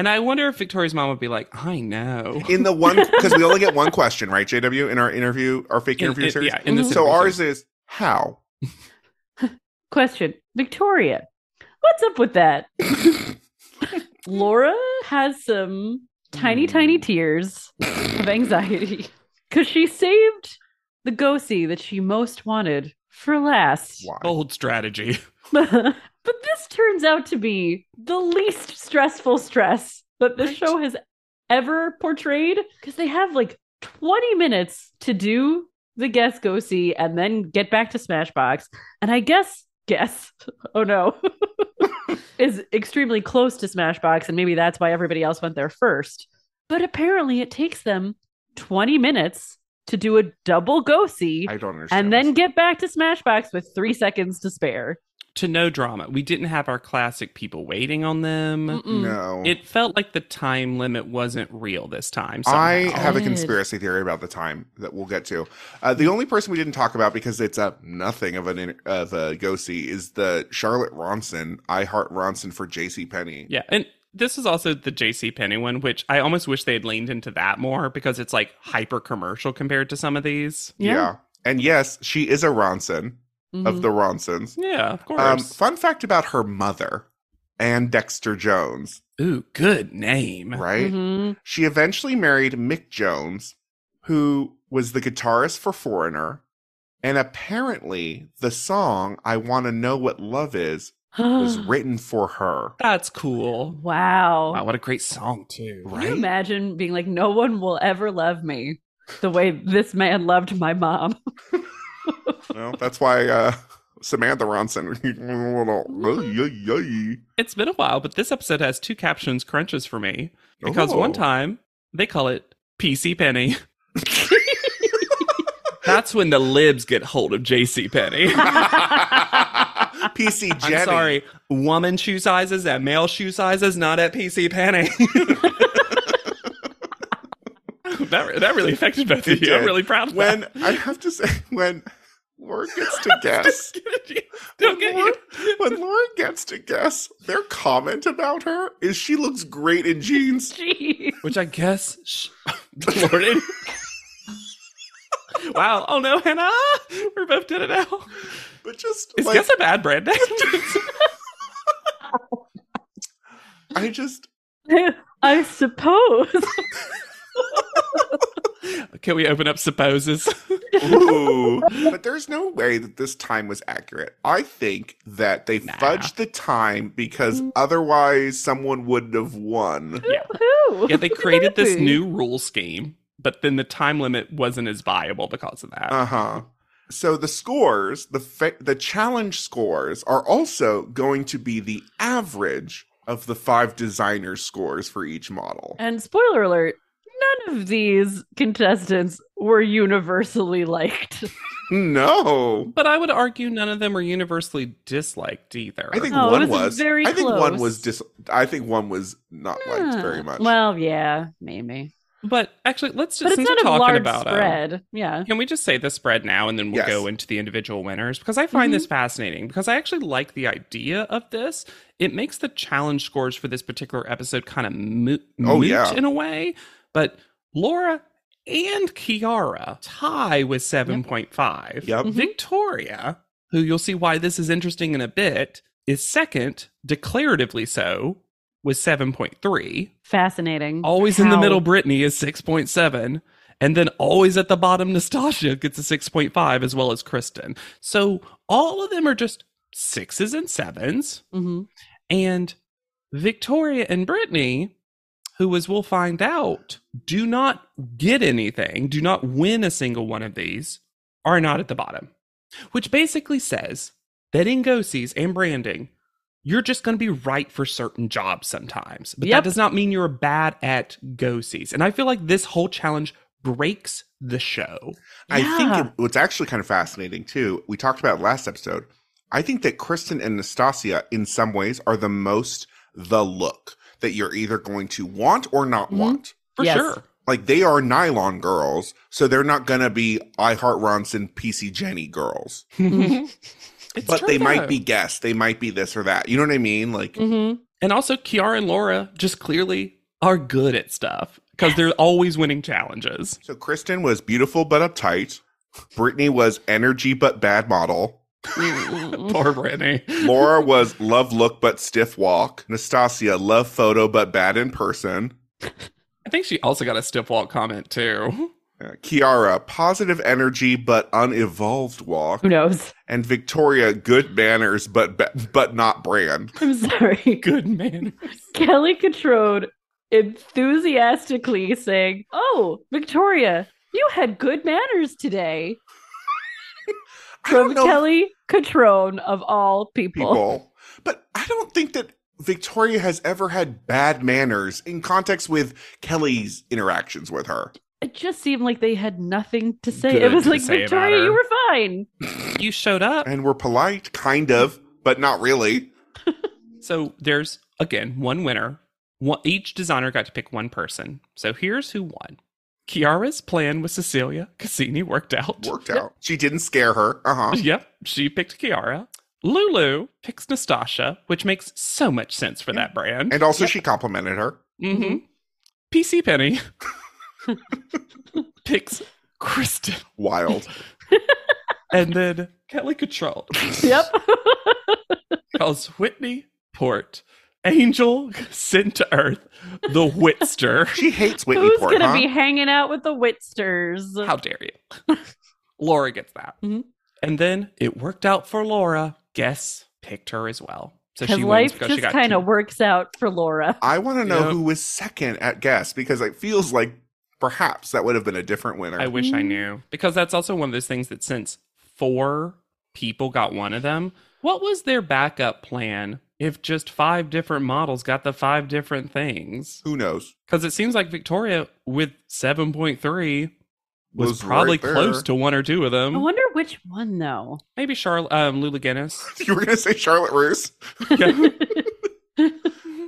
S4: and I wonder if Victoria's mom would be like, I know.
S5: in the one because we only get one question, right, JW, in our interview, our fake
S4: In-
S5: interview Mm-hmm.
S4: in-
S5: series.
S4: yeah, in this
S5: so
S4: interview
S5: ours
S4: series.
S5: is how.
S3: Question Victoria, what's up with that? Laura has some tiny, tiny tears of anxiety because she saved the ghostie that she most wanted for last.
S5: Why?
S4: Old strategy.
S3: but this turns out to be the least stressful stress that this show has ever portrayed because they have like 20 minutes to do the guess go see and then get back to Smashbox. And I guess, guess, oh no, is extremely close to Smashbox. And maybe that's why everybody else went there first. But apparently it takes them 20 minutes to do a double go see
S5: I don't understand.
S3: and then
S5: this.
S3: get back to Smashbox with three seconds to spare.
S4: to no drama. We didn't have our classic people waiting on them.
S3: Mm-mm.
S5: No.
S4: It felt like the time limit wasn't real this time.
S5: I
S4: somehow.
S5: have a
S3: Good.
S5: conspiracy theory about the time that we'll get to. Uh, the only person we didn't talk about because it's uh, nothing of an inter- of a go see is the Charlotte Ronson. I heart Ronson for J.C. Penney.
S4: Yeah, and this is also the J.C. Penney one, which I almost wish they had leaned into that more because it's like hyper commercial compared to some of these.
S3: Yeah.
S5: And yes, she is a Ronson of
S3: Mhm.
S5: the Ronsons.
S4: Yeah, of course.
S5: Um, fun fact about her mother, Ann Dexter Jones.
S4: Ooh, good name.
S5: Right.
S3: Mhm.
S5: She eventually married Mick Jones, who was the guitarist for Foreigner. And apparently, the song I Want to Know What Love Is was written for her.
S4: That's cool.
S3: wow.
S4: Wow, what a great song too.
S3: Can
S5: Right.
S3: you imagine being like, no one will ever love me the way this man loved my mom?
S5: Well, that's why uh, Samantha Ronson.
S4: It's been a while, but this episode has two captions crunches for me because one
S5: Oh.
S4: time they call it PC Penny. That's when the libs get hold of JC Penny.
S5: PC Jenny.
S4: I'm sorry, woman shoe sizes and male shoe sizes, not at PC Penny. that, that really affected both of
S5: It
S4: you.
S5: did.
S4: I'm really proud of
S5: When
S4: that.
S5: I have to say, when Laura gets to guess,
S4: Don't get
S5: Laura,
S4: you.
S5: when Laura gets to guess, their comment about her is she looks great in jeans.
S3: Jeez.
S4: Which I guess. Sh- Lordy. wow. Oh no, Hannah. We're both did it now.
S5: But just
S4: Is
S5: like
S4: guess a bad brand name?
S5: I just
S3: I suppose.
S4: Can we open up supposes?
S5: ooh. but there's no way that this time was accurate. I think that they
S4: Nah.
S5: fudged the time because otherwise someone wouldn't have won.
S3: Woohoo.
S4: yeah, they created this
S3: Exactly.
S4: new rule scheme, but then the time limit wasn't as viable because of that.
S5: Uh huh. So the scores, the fa- the challenge scores, are also going to be the average of the five designer scores for each model.
S3: And spoiler alert, none of these contestants were universally liked.
S5: No,
S4: But I would argue none of them are universally disliked either.
S5: I think
S3: Oh, it
S5: one
S3: was
S5: was.
S3: very
S5: I think one
S3: close.
S5: was dis. I think one was not liked very much.
S3: Well, yeah, maybe.
S4: but actually, let's
S3: But
S4: just
S3: it's
S4: since
S3: not
S4: we're
S3: a
S4: talking
S3: large
S4: about uh,
S3: spread. yeah.
S4: can we just say the spread now, and then we'll
S5: Yes.
S4: go into the individual winners because I find this fascinating because I actually like the idea of this. It makes the challenge scores for this particular episode kind of moot,
S5: Oh,
S4: moot
S5: yeah.
S4: in a way. But Laura and Kiara tie with seven point five.
S5: yep.
S3: Mhm.
S4: Victoria, who you'll see why this is interesting in a bit, is second, declaratively so, with 7.3.
S3: Fascinating.
S4: Always in the
S3: Mm-hmm. How-
S4: middle, Brittany is 6.7. And then always at the bottom, Nastasia gets a 6.5, as well as Kristen. So all of them are just sixes and sevens.
S3: Mhm.
S4: And Victoria and Brittany, who, as we'll find out, do not get anything, do not win a single one of these, are not at the bottom, which basically says that in GOSES and branding, you're just going to be right for certain jobs sometimes. But
S3: Yep.
S4: that does not mean you're bad at GOSES. And I feel like this whole challenge breaks the show.
S5: I
S3: Yeah.
S5: think it, what's actually kind of fascinating too, we talked about it last episode. I think that Kristen and Nastasia, in some ways, are the most the look that you're either going to want or not
S4: Mm-hmm.
S3: Mhm.
S5: want.
S4: For
S3: Yes.
S4: sure.
S5: Like they are nylon girls, so they're not going to be I Heart Ronson, PC Jenny girls.
S3: Mhm.
S4: It's
S5: but
S4: true,
S5: they
S4: though. Mm.
S5: might be guests. They might be this or that. You know what I mean? Like,
S3: Mhm.
S4: And also, Kiara and Laura just clearly are good at stuff because they're always winning challenges.
S5: so Kristen was beautiful but uptight. Brittany was energy but bad model.
S3: Mm-mm.
S4: Poor Brittany.
S5: Laura was love look but stiff walk. Nastasia, love photo but bad in person.
S4: I think she also got a stiff walk comment too.
S5: Uh, Kiara, positive energy but unevolved walk,
S3: Who knows?
S5: and Victoria, good manners but be- but not brand.
S3: I'm sorry.
S4: Good man.
S3: Kelly Catrode enthusiastically saying, Oh, Victoria, you had good manners today.
S5: I
S3: From
S5: don't know
S3: Kelly Catrone of all people.
S5: people, but I don't think that Victoria has ever had bad manners in context with Kelly's interactions with her.
S3: It just seemed like they had nothing to say.
S4: Good
S3: it was
S4: to
S3: like,
S4: say about
S3: Victoria,
S4: her."
S3: you were fine.
S4: You showed up.
S5: And we're polite, kind of, but not really.
S4: So there's again one winner. One, each designer got to pick one person. So here's who won. Kiara's plan with Cecilia Cassini worked out.
S5: Worked out. She didn't scare her. Uh huh.
S4: Yep, she picked Kiara. Lulu picks Nastasha, which makes so much sense for that brand.
S5: And also, she complimented her.
S3: Mm-hmm.
S4: hmm PC Penny picks Kristen,
S5: Wild.
S4: and then Kelly Control
S3: Yep.
S4: calls Whitney Port Angel sent to Earth the Whitster.
S5: She hates Whitney
S3: Who's
S5: Port,
S3: gonna
S5: huh?
S3: be hanging out with the Witsters?
S4: How dare you? Laura gets that.
S3: Mhm.
S4: And then it worked out for Laura. Guess picked her as well. So
S3: Because
S4: she wins
S3: life
S4: because
S3: just
S4: she got
S3: kind
S4: two.
S3: of works out for Laura.
S5: I want to know
S4: Yep.
S5: who was second at guess because it feels like perhaps that would have been a different winner.
S4: I wish
S3: Mm-hmm.
S4: I knew. Because that's also one of those things that since four people got one of them, what was their backup plan if just five different models got the five different things?
S5: who knows?
S4: Because it seems like Victoria with 7.3 was,
S5: Was right
S4: probably
S5: there.
S4: close to one or two of
S3: I
S4: them.
S3: wonder which one though.
S4: Maybe Charlotte, um, Lula Guinness.
S5: You were going to say Charlotte Roos?
S4: Yeah.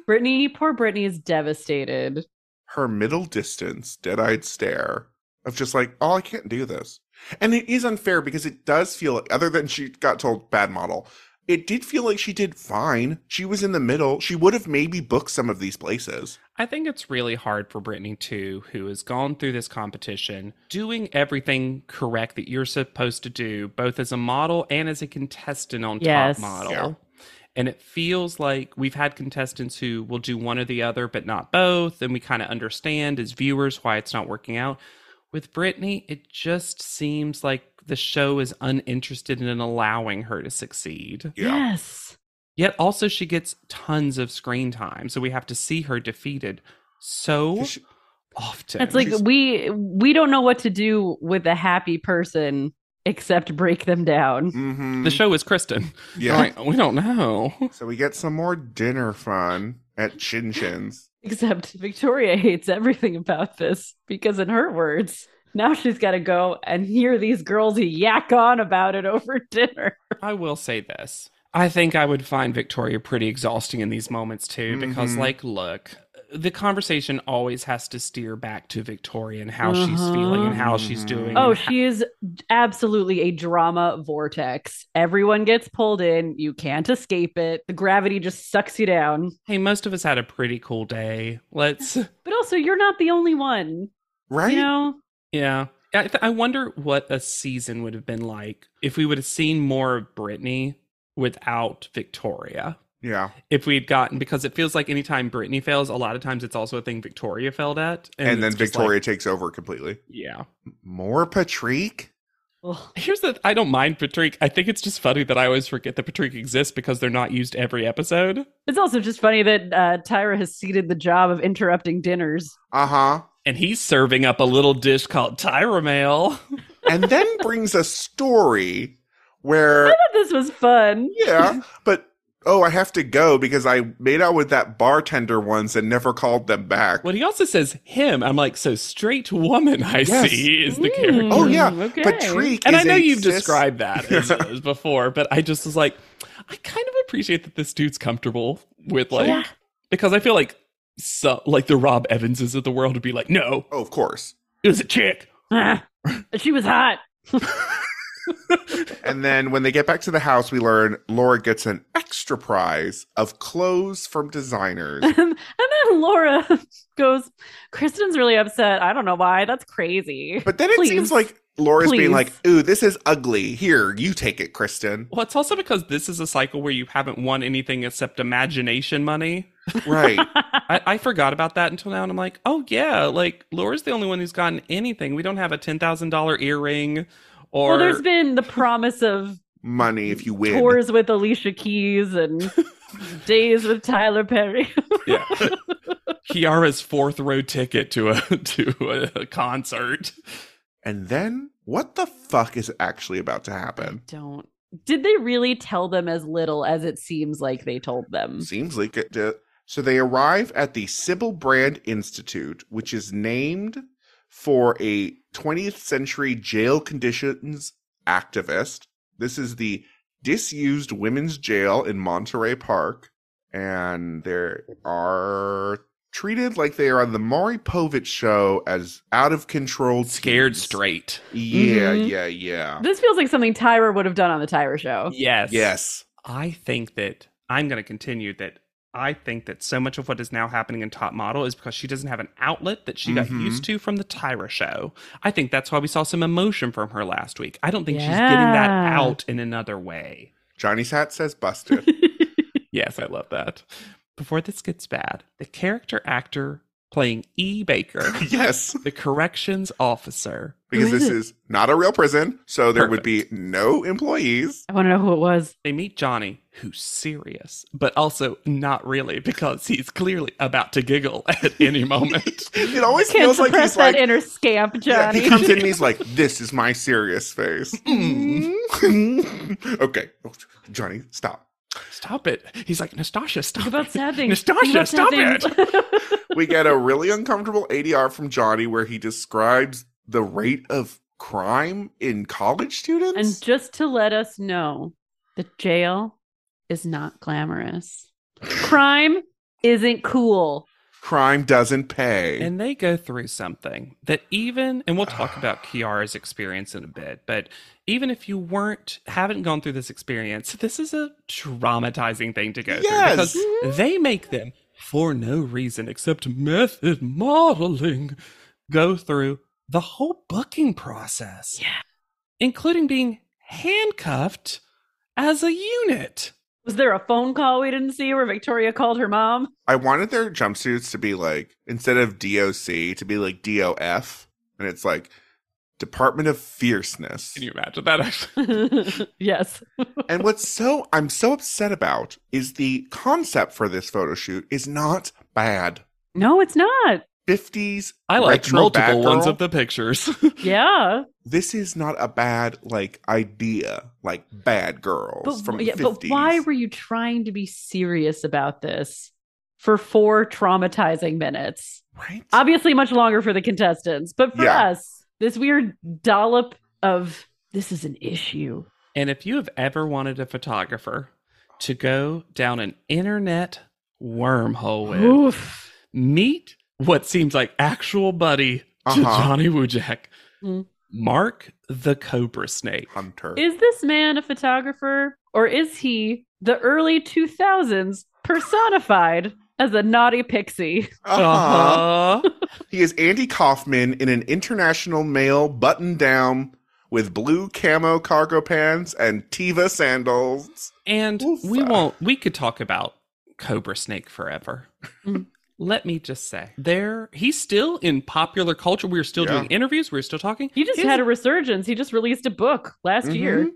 S3: Brittany, poor Brittany is devastated.
S5: Her middle distance, dead eyed stare of just like, oh, I can't do this. And it is unfair because it does feel, other than she got told bad model, it did feel like she did fine. She was in the middle. She would have maybe booked some of these places.
S4: I think it's really hard for Brittany too, who has gone through this competition, doing everything correct that you're supposed to do, both as a model and as a contestant on
S3: Yes.
S4: Top Model.
S5: Yeah.
S4: And it feels like we've had contestants who will do one or the other, but not both. And we kind of understand as viewers why it's not working out. With Brittany, it just seems like the show is uninterested in allowing her to succeed.
S5: Yeah.
S3: Yes.
S4: Yet also she gets tons of screen time, so we have to see her defeated so
S5: 'Cause she-
S4: often.
S3: It's like
S5: she's-
S3: we we don't know what to do with a happy person except break them down.
S5: Mhm.
S4: the show is Kristen.
S5: yeah.
S4: Like, we don't know.
S5: So we get some more dinner fun at Chin Chin's.
S3: Except Victoria hates everything about this because in her words, now she's got to go and hear these girls yak on about it over dinner.
S4: I will say this. I think I would find Victoria pretty exhausting in these moments too, because
S5: Mhm.
S4: like, look, the conversation always has to steer back to Victoria and how she's
S3: Uh-huh.
S4: feeling and how she's
S5: Mm-hmm.
S4: doing.
S3: Oh,
S4: and
S3: she is absolutely a drama vortex. Everyone gets pulled in. You can't escape it. The gravity just sucks you down.
S4: hey, most of us had a pretty cool day. Let's
S3: But also, you're not the only one.
S5: Right?
S3: You know,
S4: Yeah. I, th- I wonder what a season would have been like if we would have seen more of Brittany without Victoria.
S5: Yeah.
S4: If we'd gotten, because it feels like anytime Brittany fails, a lot of times it's also a thing Victoria failed at.
S5: And, then
S4: it's just
S5: Victoria
S4: like-
S5: takes over completely.
S4: yeah.
S5: More Patrick?
S3: Ugh.
S4: Here's the I don't mind Patrick. I think it's just funny that I always forget that Patrick exists because they're not used every episode.
S3: it's also just funny that uh, Tyra has ceded the job of interrupting dinners.
S5: Uh huh.
S4: And he's serving up a little dish called Tyra Mail.
S5: And then brings a story where,
S3: I thought this was fun.
S5: yeah, but oh, I have to go because I made out with that bartender once and never called them back.
S4: When he also says him, I'm like, so straight woman I
S5: Yes.
S4: see is the
S3: Mm,
S4: character.
S5: Oh, yeah.
S3: Okay.
S5: Patrick.
S4: and
S5: is
S4: I know
S5: a
S4: you've
S5: cis-
S4: described that as, as before, but I just was like, I kind of appreciate that this dude's comfortable with like
S3: Yeah.
S4: because I feel like so, like the Rob Evanses of the world would be like, no,
S5: Oh, of course.
S4: it was a chick.
S3: Ah, she was hot.
S5: And then when they get back to the house, we learn Laura gets an extra prize of clothes from designers.
S3: and then Laura goes, Kristen's really upset. I don't know why. That's crazy.
S5: But then it seems
S3: Please.
S5: like Laura's being
S3: Please.
S5: like, ooh, this is ugly. Here, you take it, Kristen.
S4: Well, it's also because this is a cycle where you haven't won anything except imagination money.
S5: Right.
S4: I, I forgot about that until now, and I'm like, oh yeah, like Laura's the only one who's gotten anything. We don't have a ten thousand dollar earring or
S3: well, there's been the promise of
S5: Money if you win.
S3: tours with Alicia Keys and days with Tyler Perry.
S4: yeah. Kiara's fourth row ticket to a to a concert.
S5: And then what the fuck is actually about to happen?
S3: don't. Did they really tell them as little as it seems like they told them?
S5: Seems like it. did. So they arrive at the Sybil Brand Institute, which is named for a 20th century jail conditions activist. This is the disused women's jail in Monterey Park, and they are treated like they are on the Maury Povich show as out of control,
S6: Scared
S5: teens.
S6: straight.
S5: Yeah,
S3: Mhm.
S5: yeah, yeah.
S3: This feels like something Tyra would have done on the Tyra show.
S4: Yes.
S5: Yes.
S4: I think that I'm going to continue that. I think that so much of what is now happening in Top Model is because she doesn't have an outlet that she got
S5: Mhm.
S4: used to from the Tyra show. I think that's why we saw some emotion from her last week. I don't think she's getting that
S3: Yeah.
S4: out in another way.
S5: Johnny's hat says busted.
S4: Yes, I love that. Before this gets bad, the character actor playing E. Baker,
S5: yes,
S4: the corrections officer,
S5: because
S3: is
S5: this
S3: it?
S5: is not a real prison, so there would be no employees.
S3: I want to know who it was.
S4: They meet Johnny, who's serious, but also not really because he's clearly about to giggle at any moment.
S5: It always
S3: Can't
S5: feels like
S3: suppress
S5: he's like
S3: that inner scamp,
S5: Yeah,
S3: Johnny.
S5: he comes in and he's like, "This is my serious face."
S3: Mm-hmm.
S5: okay, Oh, Johnny, stop.
S4: stop it. He's like, Nastasha, stop
S3: Think about
S4: it.
S3: sad things.
S4: Nastasha,
S3: Think about sad
S4: stop
S3: things.
S5: We get a really uncomfortable ADR from Johnny where he describes the rate of crime in college
S3: and
S5: students.
S3: just to let us know, the jail is not glamorous. Crime isn't cool.
S5: crime doesn't pay.
S4: And they go through something that even, and we'll talk about Kiara's experience in a bit, but even if you weren't, haven't gone through this experience, this is a traumatizing thing to go
S5: Yes.
S4: through because they make them, for no reason except method modeling, go through the whole booking process,
S3: Yeah.
S4: including being handcuffed as a unit.
S3: Was there a phone call we didn't see where Victoria called her mom?
S5: I wanted their jumpsuits to be like instead of DOC to be like DOF, and it's like Department of Fierceness.
S4: Can you imagine that? Actually,
S3: yes.
S5: And what's so I'm so upset about is the concept for this photo shoot is not bad.
S3: No, it's not.
S5: 50s.
S4: I like
S5: retro
S4: multiple ones
S5: Batgirl.
S4: of the pictures.
S3: Yeah.
S5: This is not a bad like idea, like bad girls
S3: But,
S5: from
S3: yeah,
S5: the 50s.
S3: but why were you trying to be serious about this for four traumatizing minutes?
S5: right?
S3: Obviously, much longer for the contestants, but for
S5: Yeah.
S3: us, this weird dollop of this is an issue.
S4: And if you have ever wanted a photographer to go down an internet wormhole with,
S3: Oof.
S4: meet what seems like actual buddy to
S5: Uh-huh.
S4: Johnny Wujek,
S3: Mm.
S4: Mark the Cobra Snake.
S5: Hunter.
S3: Is this man a photographer or is he the early 2000s personified as a naughty pixie?
S5: Uh-huh.
S4: Uh-huh.
S5: He is Andy Kaufman in an international male button down with blue camo cargo pants and Tiva sandals.
S4: and
S5: Oof.
S4: we won't, we could talk about Cobra Snake forever.
S3: Mm.
S4: Let me just say, there he's still in popular culture. We're still
S5: Yeah.
S4: doing interviews. We're still talking.
S3: He just
S4: His-
S3: had a resurgence. He just released a book last year.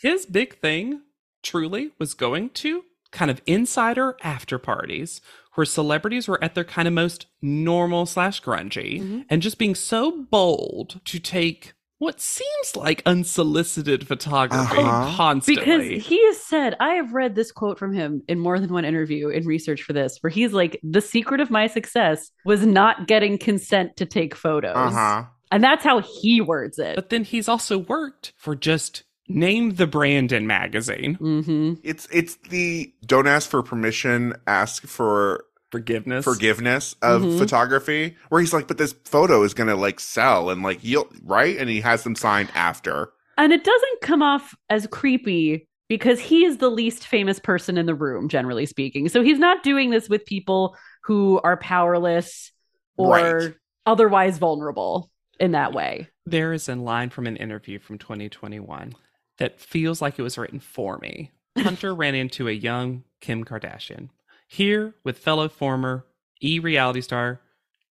S4: his big thing truly was going to kind of insider after parties where celebrities were at their kind of most normal slash grungy
S3: Mhm.
S4: and just being so bold to take what seems like unsolicited photography
S5: Uh-huh.
S4: constantly.
S3: Because he has said, I have read this quote from him in more than one interview in research for this, where he's like, The secret of my success was not getting consent to take photos.
S5: Uh huh.
S3: And that's how he words it.
S4: but then he's also worked for just name the brand in magazine.
S3: hmm
S5: It's it's the don't ask for permission, ask for
S4: Forgiveness.
S5: forgiveness of
S3: Mhm.
S5: photography where he's like but this photo is gonna like sell and like you'll right and he has them signed after
S3: And it doesn't come off as creepy because he is the least famous person in the room, generally speaking. So he's not doing this with people who are powerless or
S5: Right.
S3: otherwise vulnerable in that way.
S4: There is a line from an interview from 2021 that feels like it was written for me. Hunter ran into a young Kim Kardashian. Here with fellow former E reality star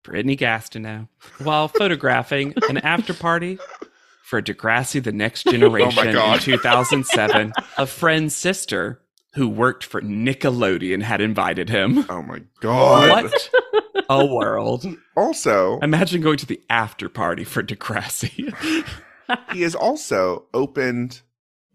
S4: Brittany Gastineau while photographing an after party for Degrassi The Next Generation in
S5: God.
S4: 2007. a friend's sister who worked for Nickelodeon had invited him.
S5: oh my god
S4: What a world.
S5: also
S4: Imagine going to the after party for Degrassi.
S5: he has also opened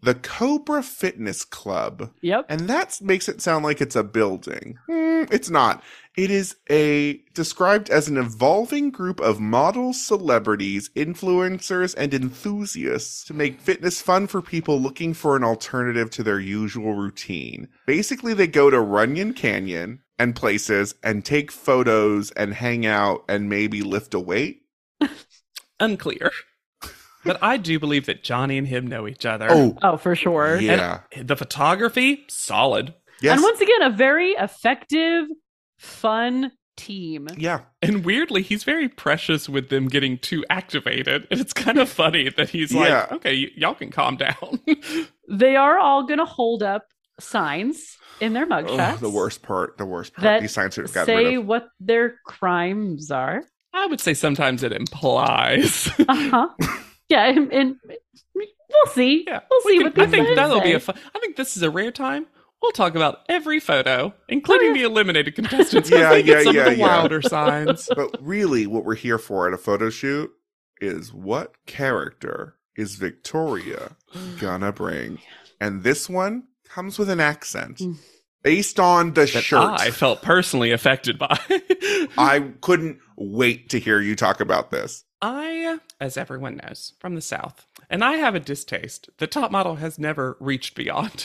S5: the cobra fitness club
S3: Yep.
S5: and that makes it sound like it's a building Mm, it's not It is a described as an evolving group of models, celebrities, influencers, and enthusiasts to make fitness fun for people looking for an alternative to their usual routine. Basically, they go to Runyon Canyon and places and take photos and hang out and maybe lift a weight.
S4: Unclear. But I do believe that Johnny and him know each other.
S5: Oh,
S3: Oh, for sure.
S5: yeah.
S4: The photography, solid.
S5: Yes.
S3: And once again, a very effective, fun team.
S5: yeah.
S4: And weirdly, he's very precious with them getting too activated. And it's kind of funny that he's
S5: Yeah.
S4: like, okay, y- y'all can calm down.
S3: They are all going to hold up signs in their mugshots.
S5: Ugh, Oh, the worst part. The worst part.
S3: That
S5: These signs would have gotten rid
S3: Say
S5: of.
S3: what their crimes are.
S4: I would say sometimes it implies.
S3: Uh huh. yeah, and, and we'll see.
S4: yeah.
S3: We'll
S4: we
S3: see
S4: can-
S3: what these
S4: I think
S3: guys
S4: that'll be
S3: say.
S4: a fun. I think this is a rare time. We'll talk about every photo,
S3: Oh,
S4: including the eliminated contestants. 'cause
S5: Yeah,
S4: they get
S5: yeah,
S4: some
S5: yeah,
S4: of the
S5: yeah.
S4: wilder signs.
S5: but really, what we're here for at a photo shoot is what character is Victoria
S3: Oh,
S5: gonna bring? And this one comes with an accent
S3: Mm.
S5: based on the
S4: That
S5: shirt.
S4: I felt personally affected by.
S5: I couldn't wait to hear you talk about this.
S4: I, as everyone knows, from the South, and I have a distaste. The top model has never reached beyond.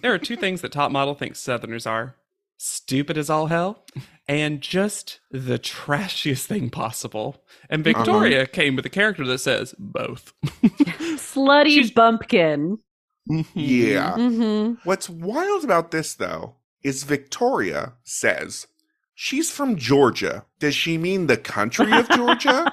S4: There are two things that top model thinks Southerners are stupid as all hell and just the trashiest thing possible. And Victoria came with a character that says both.
S3: slutty
S4: She's- Ah.
S3: bumpkin. Mm-hmm.
S5: Yeah.
S3: hmm
S5: What's wild about this, though, is Victoria says she's from Georgia. Does she mean the country of Georgia?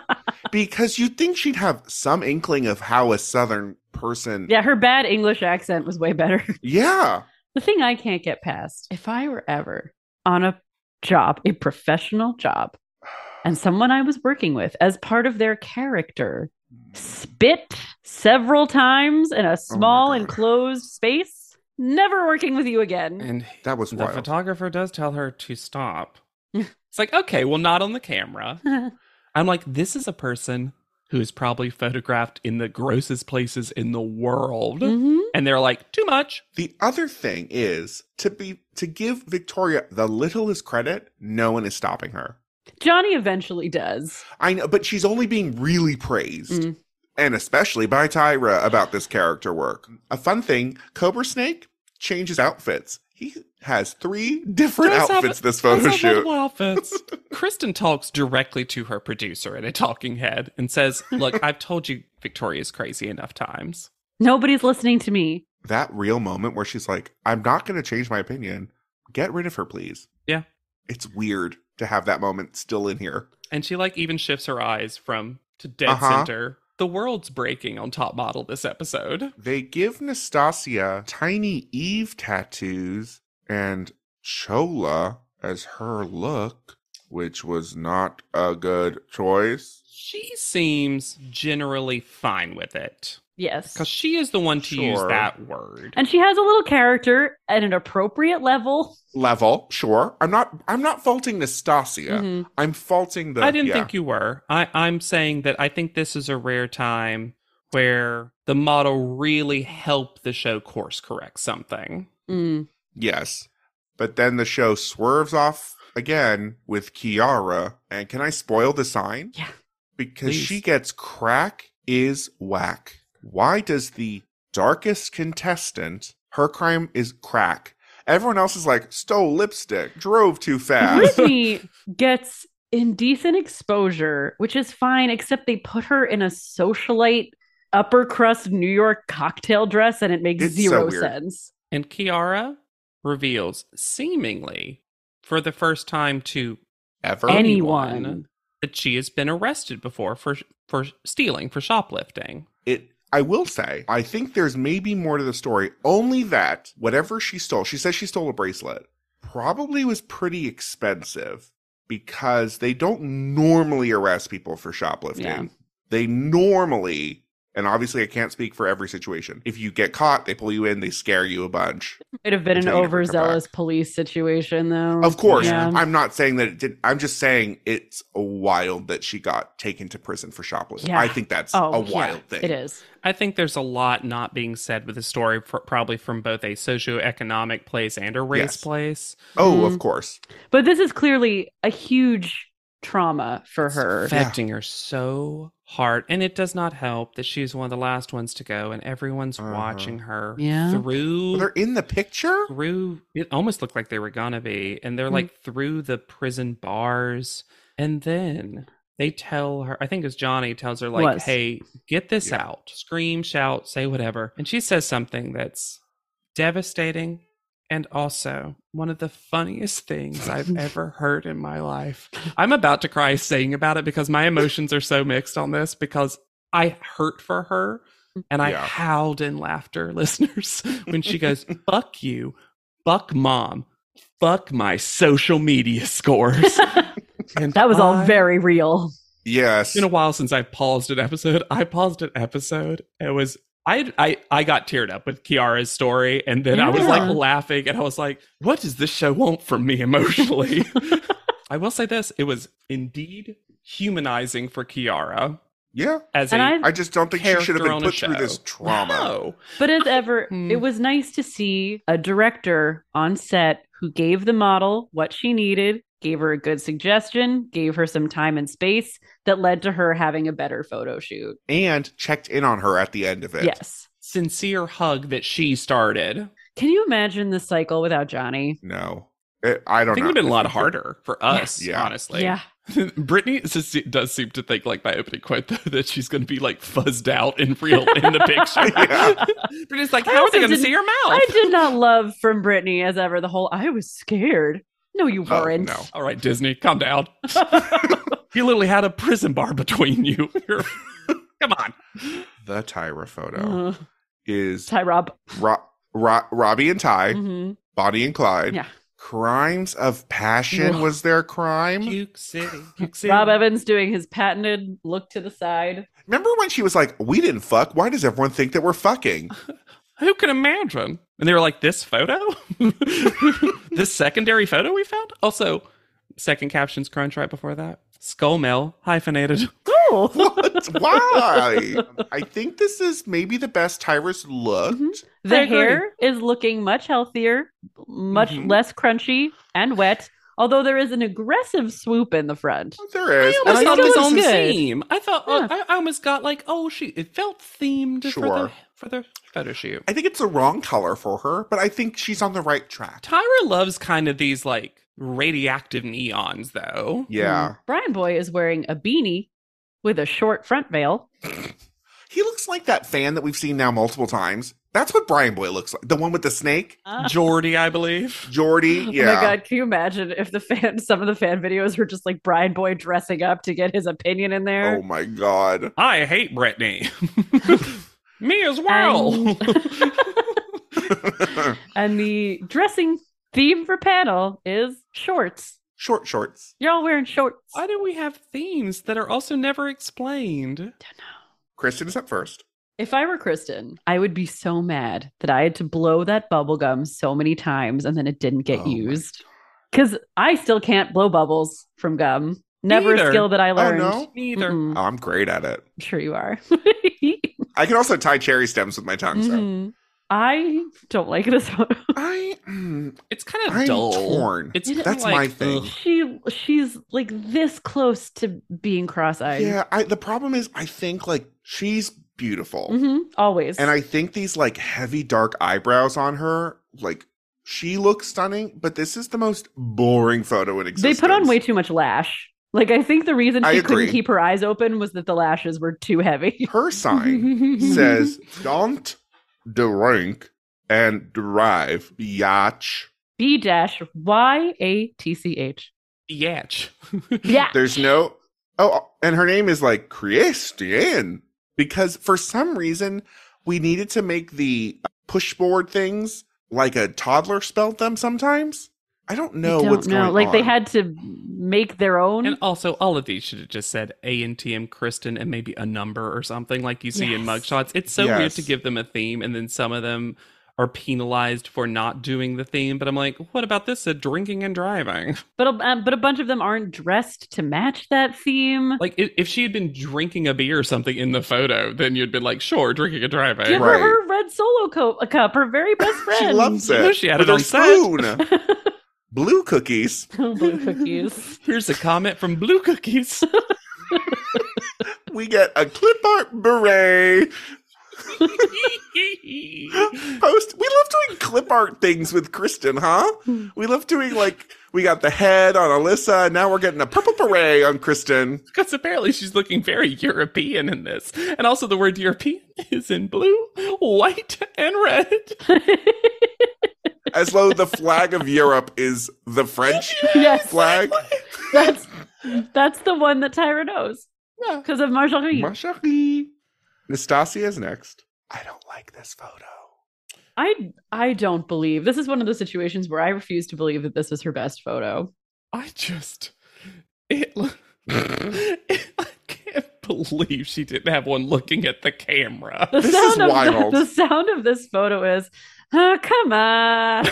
S5: because you'd think she'd have some inkling of how a Southern person.
S3: Yeah, her bad English accent was way better.
S5: yeah.
S3: The thing I can't get past if I were ever on a job, a professional job, and someone I was working with as part of their character spit several times
S4: Oh
S3: in a small
S5: God.
S3: enclosed space, never working with you again.
S4: And
S5: That was
S4: the
S5: wild.
S4: photographer does tell her to stop. it's like, okay, well, not on the camera. I'm like, this is a person who is probably photographed in the grossest places in the world.
S3: Mhm.
S4: And they're like, too much.
S5: the other thing is to be to give Victoria the littlest credit, no one is stopping her.
S3: Johnny eventually does.
S5: I know, but she's only being really praised.
S3: Mm.
S5: And especially by Tyra about this character work. A fun thing, Cobra Snake changes outfits. He has three different
S4: Does have-
S5: outfits this photo
S4: That's how
S5: shoot.
S4: multiple outfits. Kristen talks directly to her producer in a talking head and says, Look, I've told you Victoria's crazy enough times.
S3: Nobody's listening to me.
S5: That real moment where she's like, I'm not gonna change my opinion. Get rid of her, please.
S4: Yeah.
S5: It's weird to have that moment still in here.
S4: And she like even shifts her eyes from to dead
S5: Uh-huh.
S4: center. The world's breaking on top model this episode.
S5: They give Nastasia tiny Eve tattoos and Chola as her look, which was not a good choice.
S4: She seems generally fine with it.
S3: Yes.
S4: Because she is the one to use
S5: Sure.
S4: that word.
S3: And she has a little character at an appropriate level.
S5: Level, sure. I'm not I'm not faulting Nastasia.
S3: Mhm.
S5: I'm faulting the
S4: Mm-hmm. I didn't
S5: yeah.
S4: think you were. I, I'm saying that I think this is a rare time where the model really helped the show course correct something.
S3: Mm.
S5: Yes. But then the show swerves off again with Kiara. And can I spoil the sign?
S3: Yeah.
S5: Because
S4: Please.
S5: she gets crack is whack. Why does the darkest contestant, her crime is crack? Everyone else is like, stole lipstick, drove too fast.
S3: Brittany gets indecent exposure, which is fine, except they put her in a socialite upper crust New York cocktail dress and it makes
S5: It's so
S3: zero
S5: weird.
S3: sense.
S4: And Kiara reveals, seemingly for the first time to
S5: Ever?
S3: Any-
S4: anyone,
S3: Anyone.
S4: that she has been arrested before for for stealing, for shoplifting.
S5: it I will say, I think there's maybe more to the story. Only that whatever she stole, she says she stole a bracelet, probably was pretty expensive because they don't normally arrest people for shoplifting.
S3: Yeah.
S5: They normally And obviously, I can't speak for every situation. If you get caught, they pull you in, they scare you a bunch.
S3: Might have been an
S5: Until you never come back.
S3: overzealous police situation, though.
S5: Of course,
S3: Mm, Yeah.
S5: I'm not saying that it did. I'm just saying it's wild that she got taken to prison for shoplifting.
S3: Yeah.
S5: I think that's
S3: Oh,
S5: a
S3: yeah,
S5: wild thing.
S3: It is.
S4: I think there's a lot not being said with the story, for, probably from both a socioeconomic place and a race
S5: Yes.
S4: place.
S5: Oh,
S3: Mhm.
S5: of course.
S3: But this is clearly a huge trauma for her.
S4: affecting her so hard. And it does not help that she's one of the last ones to go, and everyone's
S5: Uh-huh.
S4: watching her
S3: Yeah.
S4: through.
S5: They're in the picture.
S4: through it almost looked like they were gonna be and they're
S3: Mhm.
S4: like through the prison bars and then they tell her i think it's johnny tells her like
S3: Was.
S4: hey get this
S5: Yeah.
S4: out scream shout say whatever and she says something that's devastating and also one of the funniest things i've ever heard in my life i'm about to cry saying about it because my emotions are so mixed on this because i hurt for her and I
S5: Yeah.
S4: howled in laughter, listeners, when she goes, fuck you, fuck mom, fuck my social media scores. And
S3: That was all
S4: I-
S3: very real.
S5: Yes.
S4: It's been a while since I paused an episode. I paused an episode. It was. I, I, I got teared up with Kiara's story, and then I was
S3: Yeah.
S4: like laughing, and I was like, "What does this show want from me emotionally?" I will say this: it was indeed humanizing for Kiara
S5: yeah.
S4: as
S3: And
S4: a
S3: I
S5: I just don't think she
S4: character
S5: should have been
S4: on a
S5: put through
S4: show.
S5: this trauma.
S4: No.
S3: But as ever,
S4: Hmm.
S3: it was nice to see a director on set who gave the model what she needed, gave her a good suggestion, gave her some time and space that led to her having a better photo shoot.
S5: And checked in on her at the end of it.
S3: Yes.
S4: sincere hug that she started.
S3: Can you imagine the cycle without Johnny?
S5: No. It- I don't
S4: I think it
S5: know.
S4: would have been a lot harder for us,
S5: Yeah.
S4: honestly.
S3: yeah.
S4: Brittany se- does seem to think, like my opening quote, though, that she's going to be like fuzzed out in real in the picture.
S5: Yeah.
S4: Brittany's like,
S3: I
S4: how are
S3: also
S4: they going to
S3: didn't-
S4: see her mouth?
S3: I did not love from Brittany as ever the whole I was scared. No, you
S5: Oh,
S3: weren't.
S5: no.
S4: All right, Disney, calm down. you literally had a prison bar between you. You're- Come on.
S5: The Tyra photo
S3: Uh,
S5: is
S3: Ty Rob.
S5: Ro- Ro- Robbie and Ty,
S3: Mhm.
S5: Bonnie and Clyde.
S3: Yeah.
S5: Crimes of passion was their crime.
S4: Puke City. Puke City.
S3: Rob Evans doing his patented look to the side.
S5: Remember when she was like, "We didn't fuck. Why does everyone think that we're fucking?"
S4: Who can imagine? And they were like, this photo? this secondary photo we found? Also, second captions crunch right before that. Skull mail hyphenated.
S3: Oh,
S5: What? Why? I think this is maybe the best Tyra's looked.
S3: Mhm.
S4: I
S3: the
S4: agree.
S3: hair is looking much healthier, much
S5: Mhm.
S3: less crunchy and wet. Although there is an aggressive swoop in the front.
S5: There is.
S4: I
S5: And
S4: almost
S5: I
S4: thought
S3: think
S4: this
S3: it was
S4: on
S3: good.
S4: theme. I thought
S3: Yeah.
S4: I, I almost got like, oh, she. It felt themed
S5: Sure.
S4: for the for the photo shoot.
S5: I think it's the wrong color for her, but I think she's on the right track.
S4: Tyra loves kind of these like radioactive neons, though.
S5: Yeah.
S3: Brian Boy is wearing a beanie with a short front veil.
S5: He looks like that fan that we've seen now multiple times. That's what Brian Boy looks like. The one with the snake.
S4: Jordy, I believe.
S5: Jordy. Yeah.
S3: Oh my god, can you imagine if the fan some of the fan videos were just like Brian Boy dressing up to get his opinion in there?
S5: Oh my god.
S4: I hate Brittany. Me as well.
S3: And the dressing theme for panel is shorts.
S5: Short shorts.
S3: You're all wearing shorts.
S4: Why do we have themes that are also never explained?
S5: Kristen is up first.
S3: If I were Kristen, I would be so mad that I had to blow that bubble gum so many times and then it didn't get
S5: Oh my
S3: used. Because I still can't blow bubbles from gum. Never
S4: Neither.
S3: a skill that I learned.
S5: Oh, no?
S4: Neither.
S3: Mm-mm.
S5: Oh, I'm great at it.
S3: I'm sure you are.
S5: I can also tie cherry stems with my tongue. So
S3: Mhm. I don't like this one.
S5: I, mm,
S4: It's kind of
S5: I'm
S4: dull.
S5: torn.
S4: It's
S3: That's
S4: kinda
S5: my
S4: like,
S5: thing.
S4: ugh.
S3: She she's like this close to being cross-eyed.
S5: yeah, I, the problem is I think like she's beautiful,
S3: hmm Always.
S5: and I think these like heavy dark eyebrows on her, like she looks stunning. But this is the most boring photo in
S3: they
S5: existence.
S3: put on way too much lash. Like I think the reason
S5: I
S3: she couldn't
S5: agree.
S3: keep her eyes open was that the lashes were too Mm-hmm. heavy.
S5: Her sign says, "Don't drink and drive, biatch."
S3: B dash Y A T C H.
S4: Yatch.
S3: Yeah.
S5: There's no. Oh, and her name is like Christian because for some reason we needed to make the pushboard things like a toddler spelled them sometimes. I don't know
S3: don't
S5: what's
S3: know.
S5: going
S3: like
S5: on.
S3: they had to make their own.
S4: And also, all of these should have just said A and T and Kristen and maybe a number or something like you see in
S3: Yes.
S4: mugshots. It's so weird to
S5: Yes.
S4: give them a theme and then some of them are penalized for not doing the theme. But I'm like, what about this? A drinking and driving.
S3: But a, um, but a bunch of them aren't dressed to match that theme.
S4: Like, i- if she had been drinking a beer or something in the photo, then you'd been like, sure, drinking and driving.
S3: Give
S5: Right.
S3: her her red solo co- a cup, her very best
S5: she
S3: friend.
S5: loves
S4: You know
S5: it.
S4: she had
S5: with
S4: it
S5: her
S4: on set.
S5: spoon. Blue cookies.
S3: Blue cookies.
S4: Here's a comment from Blue Cookies.
S5: We get a clip art beret. Post. We love doing clip art things with Kristen, huh?
S4: Hmm.
S5: We love doing like we got the head on Alyssa. Now we're getting a purple beret on Kristen.
S4: Because apparently she's looking very European in this. And also, the word European is in blue, white, and red.
S5: As though the flag of Europe is the French
S3: yes,
S5: flag.
S3: that's that's the one that Tyra knows because of Marshall Green.
S5: Ma chérie. Nastasia is next. I don't like this photo.
S3: I I don't believe this is one of those situations where I refuse to believe that this was her best photo.
S4: I just. It, lo- I can't believe she didn't have one looking at the camera.
S3: The
S5: This
S3: sound
S5: is
S3: of
S5: wild.
S3: The, sound of this photo is, "Oh, come on.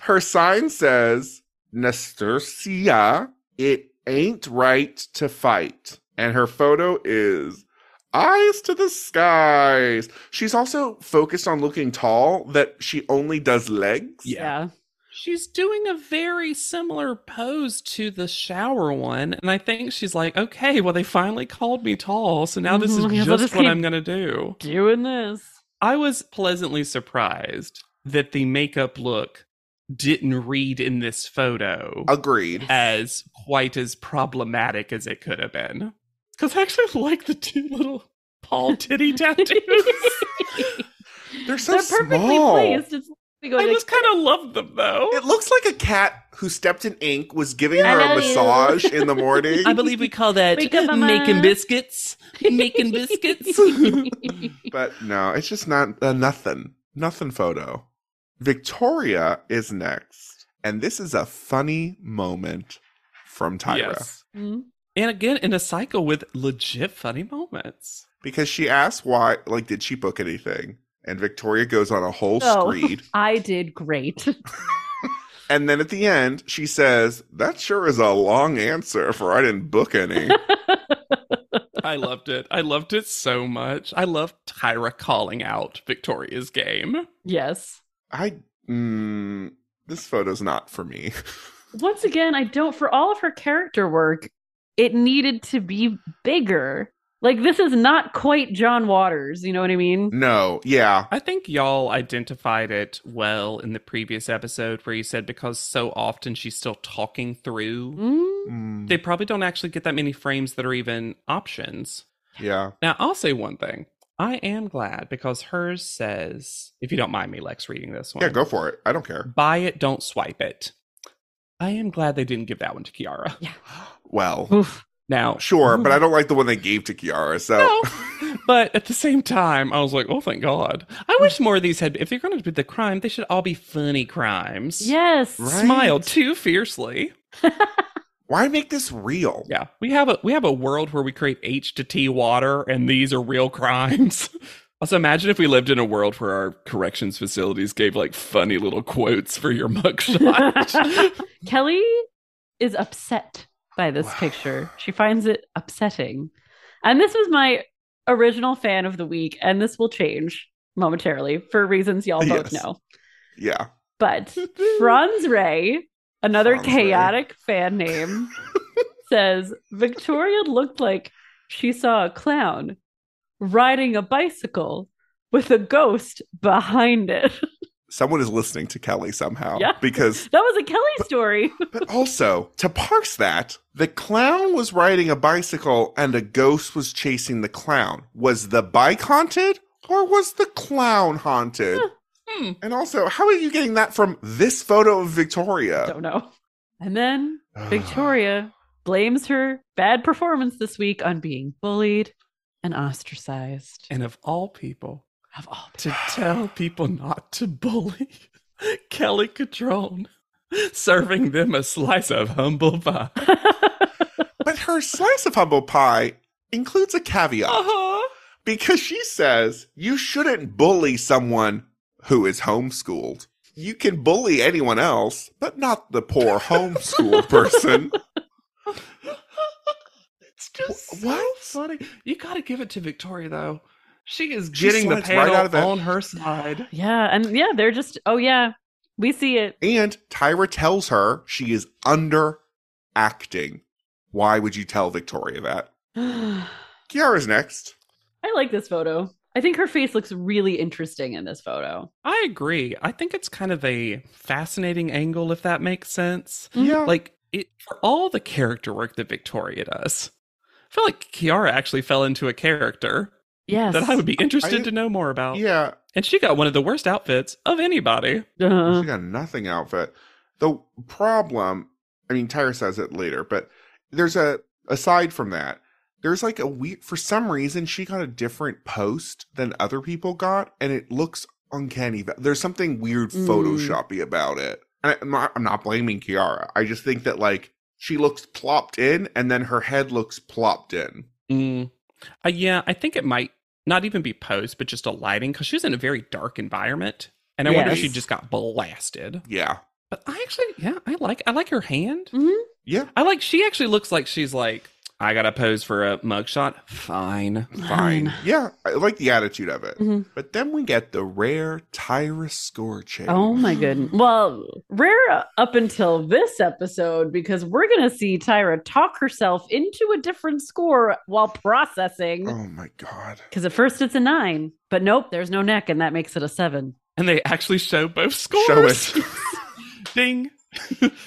S5: Her sign says, Nastasia, it ain't right to fight. And her photo is eyes to the skies. She's also focused on looking tall, that she only does legs.
S3: Yeah.
S4: She's doing a very similar pose to the shower one. And I think she's like, okay, well, they finally called me tall. Mm-hmm. So now this is
S3: Mhm, I'll
S4: just
S3: just
S4: what
S3: keep-
S4: I'm going to do.
S3: doing this.
S4: I was pleasantly surprised that the makeup look didn't read in this photo
S5: Agreed.
S4: as quite as problematic as it could have been. Because I actually like the two little Paul titty tattoos.
S5: They're so
S3: They're perfectly
S5: small.
S3: placed. It's we go
S4: I
S3: like,
S4: just kind of love them though.
S5: It looks like a cat who stepped in ink was giving
S3: I
S5: her a
S3: love you.
S5: massage in the morning.
S4: I believe we call that
S3: Wake up, Mama.
S4: making biscuits. Making biscuits.
S5: but no, it's just not a nothing. Nothing photo. Victoria is next. And this is a funny moment from Tyra
S4: Yes.
S5: Hmm.
S3: Mm.
S4: And again, in a cycle with legit funny moments.
S5: because she asks why, like, did she book anything? And Victoria goes on a whole
S3: Oh.
S5: screed.
S3: I did great.
S5: And then at the end, she says, That sure is a long answer for I didn't book any.
S4: I loved it. I loved it so much. I love Tyra calling out Victoria's game.
S3: yes.
S5: I, mm, this photo's not for me.
S3: Once again, I don't for all of her character work, it needed to be bigger. Like this is not quite John Waters, you know what I mean?
S5: No, yeah.
S4: I think y'all identified it well in the previous episode where you said because so often she's still talking through,
S3: Mm.
S5: Mm,
S4: they probably don't actually get that many frames that are even options.
S5: yeah.
S4: Now, I'll say one thing. I am glad because hers says, if you don't mind me, Lex, reading this one.
S5: Yeah, go for it. I don't care.
S4: Buy it, don't swipe it. I am glad they didn't give that one to Kiara.
S5: Well,
S3: Oof.
S4: Now,
S5: Sure, but I don't like the one they gave to Kiara. So
S4: No. But at the same time, I was like, oh, thank God. I wish more of these had, if they're going to do the crime, they should all be funny crimes.
S3: Yes.
S5: Right.
S4: Smile too fiercely.
S5: why make this real?
S4: Yeah, we have a we have a world where we create H to T water, and these are real crimes. Also, imagine if we lived in a world where our corrections facilities gave like funny little quotes for your mugshot.
S3: Kelly is upset by this picture. She finds it upsetting. And this was my original fan of the week, and this will change momentarily for reasons y'all both
S5: Yes.
S3: know.
S5: Yeah.
S3: But Franz Ray, another
S5: Franz Ray.
S3: chaotic fan name, says Victoria looked like she saw a clown riding a bicycle with a ghost behind it.
S5: Someone is listening to Kelly somehow.
S3: Yeah.
S5: Because
S3: That was a Kelly story.
S5: but also to parse that, the clown was riding a bicycle and a ghost was chasing the clown. Was the bike haunted or was the clown haunted?
S4: Hmm.
S5: And also, how are you getting that from this photo of Victoria?
S4: Uh,
S3: Don't know. And then Victoria blames her bad performance this week on being bullied and ostracized
S4: and of all people,
S3: of all
S4: to
S3: people.
S4: tell people not to bully. Kelly Catrone serving them a slice of humble pie.
S5: But her slice of humble pie includes a caveat
S4: Uh-huh.
S5: because she says you shouldn't bully someone who is homeschooled. You can bully anyone else, but not the poor homeschooled person.
S4: It's just
S5: Wh- what?
S4: so funny. You got to give it to Victoria though. She is
S5: She
S4: getting the
S5: slides right
S4: panel
S5: out of that-
S4: on her side.
S3: yeah, and yeah, they're just oh yeah, we see it.
S5: And Tyra tells her she is underacting. Why would you tell Victoria that?
S3: I
S5: Kiara's next.
S3: like this photo. I think her face looks really interesting in this photo.
S4: I agree. I think it's kind of a fascinating angle, if that makes sense.
S3: Mhm.
S5: Yeah.
S4: Like it for all the character work that Victoria does. I feel like Kiara actually fell into a character
S3: Yes.
S4: that I would be interested
S5: I-
S4: to know more about.
S5: yeah.
S4: And she got one of the worst outfits of anybody.
S3: Uh,
S5: She got a nothing outfit. The problem, I mean, Tyra says it later, but there's a, aside from that, there's like a weird, for some reason, she got a different post than other people got, and it looks uncanny. va- There's something weird
S3: Mm.
S5: Photoshoppy about it. And I- I'm not, I'm not blaming Kiara. I just think that like she looks plopped in, and then her head looks plopped in.
S4: Mm. Uh, yeah, I think it might not even be posed, but just a lighting, because she was in a very dark environment. And I wonder if she
S3: Yes.
S4: just got blasted.
S5: Yeah.
S4: But I actually, yeah, I like I like her hand.
S3: mhm.
S5: Yeah.
S4: I like she actually looks like she's like, I gotta pose for a mugshot. Fine.
S5: Fine. Yeah. I like the attitude of it.
S3: Mhm.
S5: But then we get the rare Tyra score change.
S3: Oh my goodness. Well, rare up until this episode because we're going to see Tyra talk herself into a different score while processing.
S5: Oh my god.
S3: Because at first it's a nine, but nope, there's no neck, and that makes it a seven.
S4: And they actually show both scores.
S5: Show it.
S4: Ding.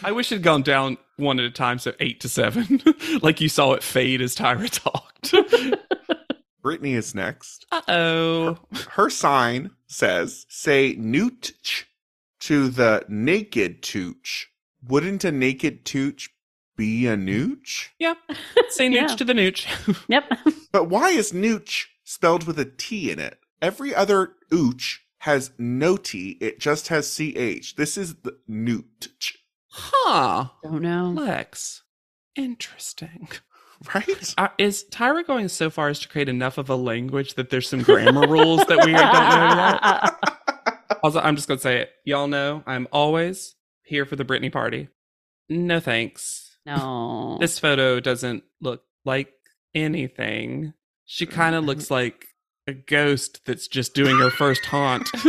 S4: I wish it had gone down one at a time, so eight to seven. like you saw it fade as Tyra talked.
S5: Brittany is next.
S4: uh oh.
S5: Her sign says, say newtch to the naked tooch. Wouldn't a naked tooch be a nooch?
S4: Say nooch
S3: Yeah.
S4: to the nooch.
S3: Yep.
S5: But why is nooch spelled with a T in it? Every other ooch has no T, it just has CH. This is the newtch,
S4: huh.
S3: Don't know.
S4: Lex. Interesting.
S5: right?
S4: Uh, is Tyra going so far as to create enough of a language that there's some grammar rules that we don't know yet? Also, I'm just gonna say it. Y'all know I'm always here for the Britney party. No thanks.
S3: no.
S4: This photo doesn't look like anything. She
S5: Mm,
S4: kind
S5: mm-hmm.
S4: of looks like a ghost that's just doing her first haunt.
S3: for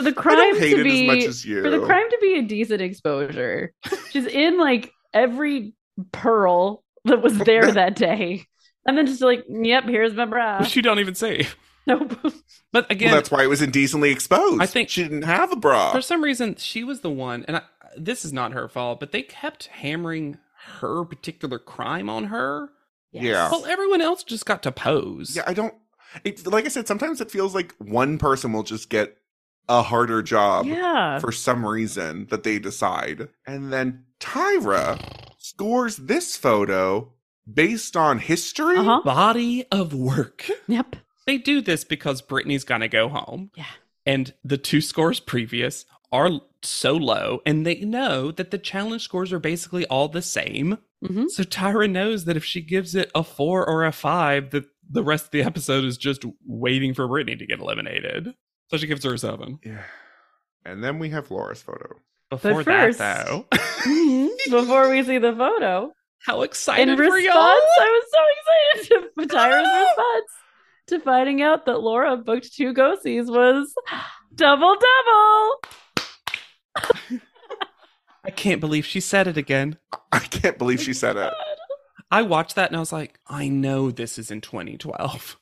S3: the
S5: I
S3: crime
S5: don't hate
S3: to
S5: it as
S3: be
S5: much as you.
S3: for the crime to be a decent exposure. She's in like every pearl that was there that day. And then just like, yep, here's my bra.
S4: which you don't even see.
S3: Nope.
S4: But
S5: Well,
S4: again,
S5: that's why it was indecently exposed.
S4: I think-
S5: she didn't have a bra.
S4: for some reason, she was the one, and I, this is not her fault, but they kept hammering her particular crime on her.
S5: Yeah.
S4: Well, everyone else just got to pose.
S5: Yeah, I don't. It, like I said, sometimes it feels like one person will just get a harder job
S3: Yeah.
S5: for some reason that they decide. And then Tyra scores this photo based on history.
S3: Uh-huh.
S4: Body of work.
S3: Yep.
S4: They do this because Brittany's gonna go home.
S3: Yeah.
S4: And the two scores previous are l- so low, and they know that the challenge scores are basically all the same.
S3: hmm
S4: So Tyra knows that if she gives it a four or a five, that the rest of the episode is just waiting for Brittany to get eliminated. So she gives her a seven.
S5: Yeah. And then we have Laura's photo.
S4: Before
S3: first-
S4: that, though,
S3: Before we see the photo,
S4: how
S3: in
S4: excited for
S3: response,
S4: y'all!
S3: I was so excited to
S5: Ah!
S3: Tyra's response to finding out that Laura booked two ghosties was double double.
S4: I can't believe she said it again.
S5: I can't believe she said it.
S4: I watched that and I was like, I know this is in 2012.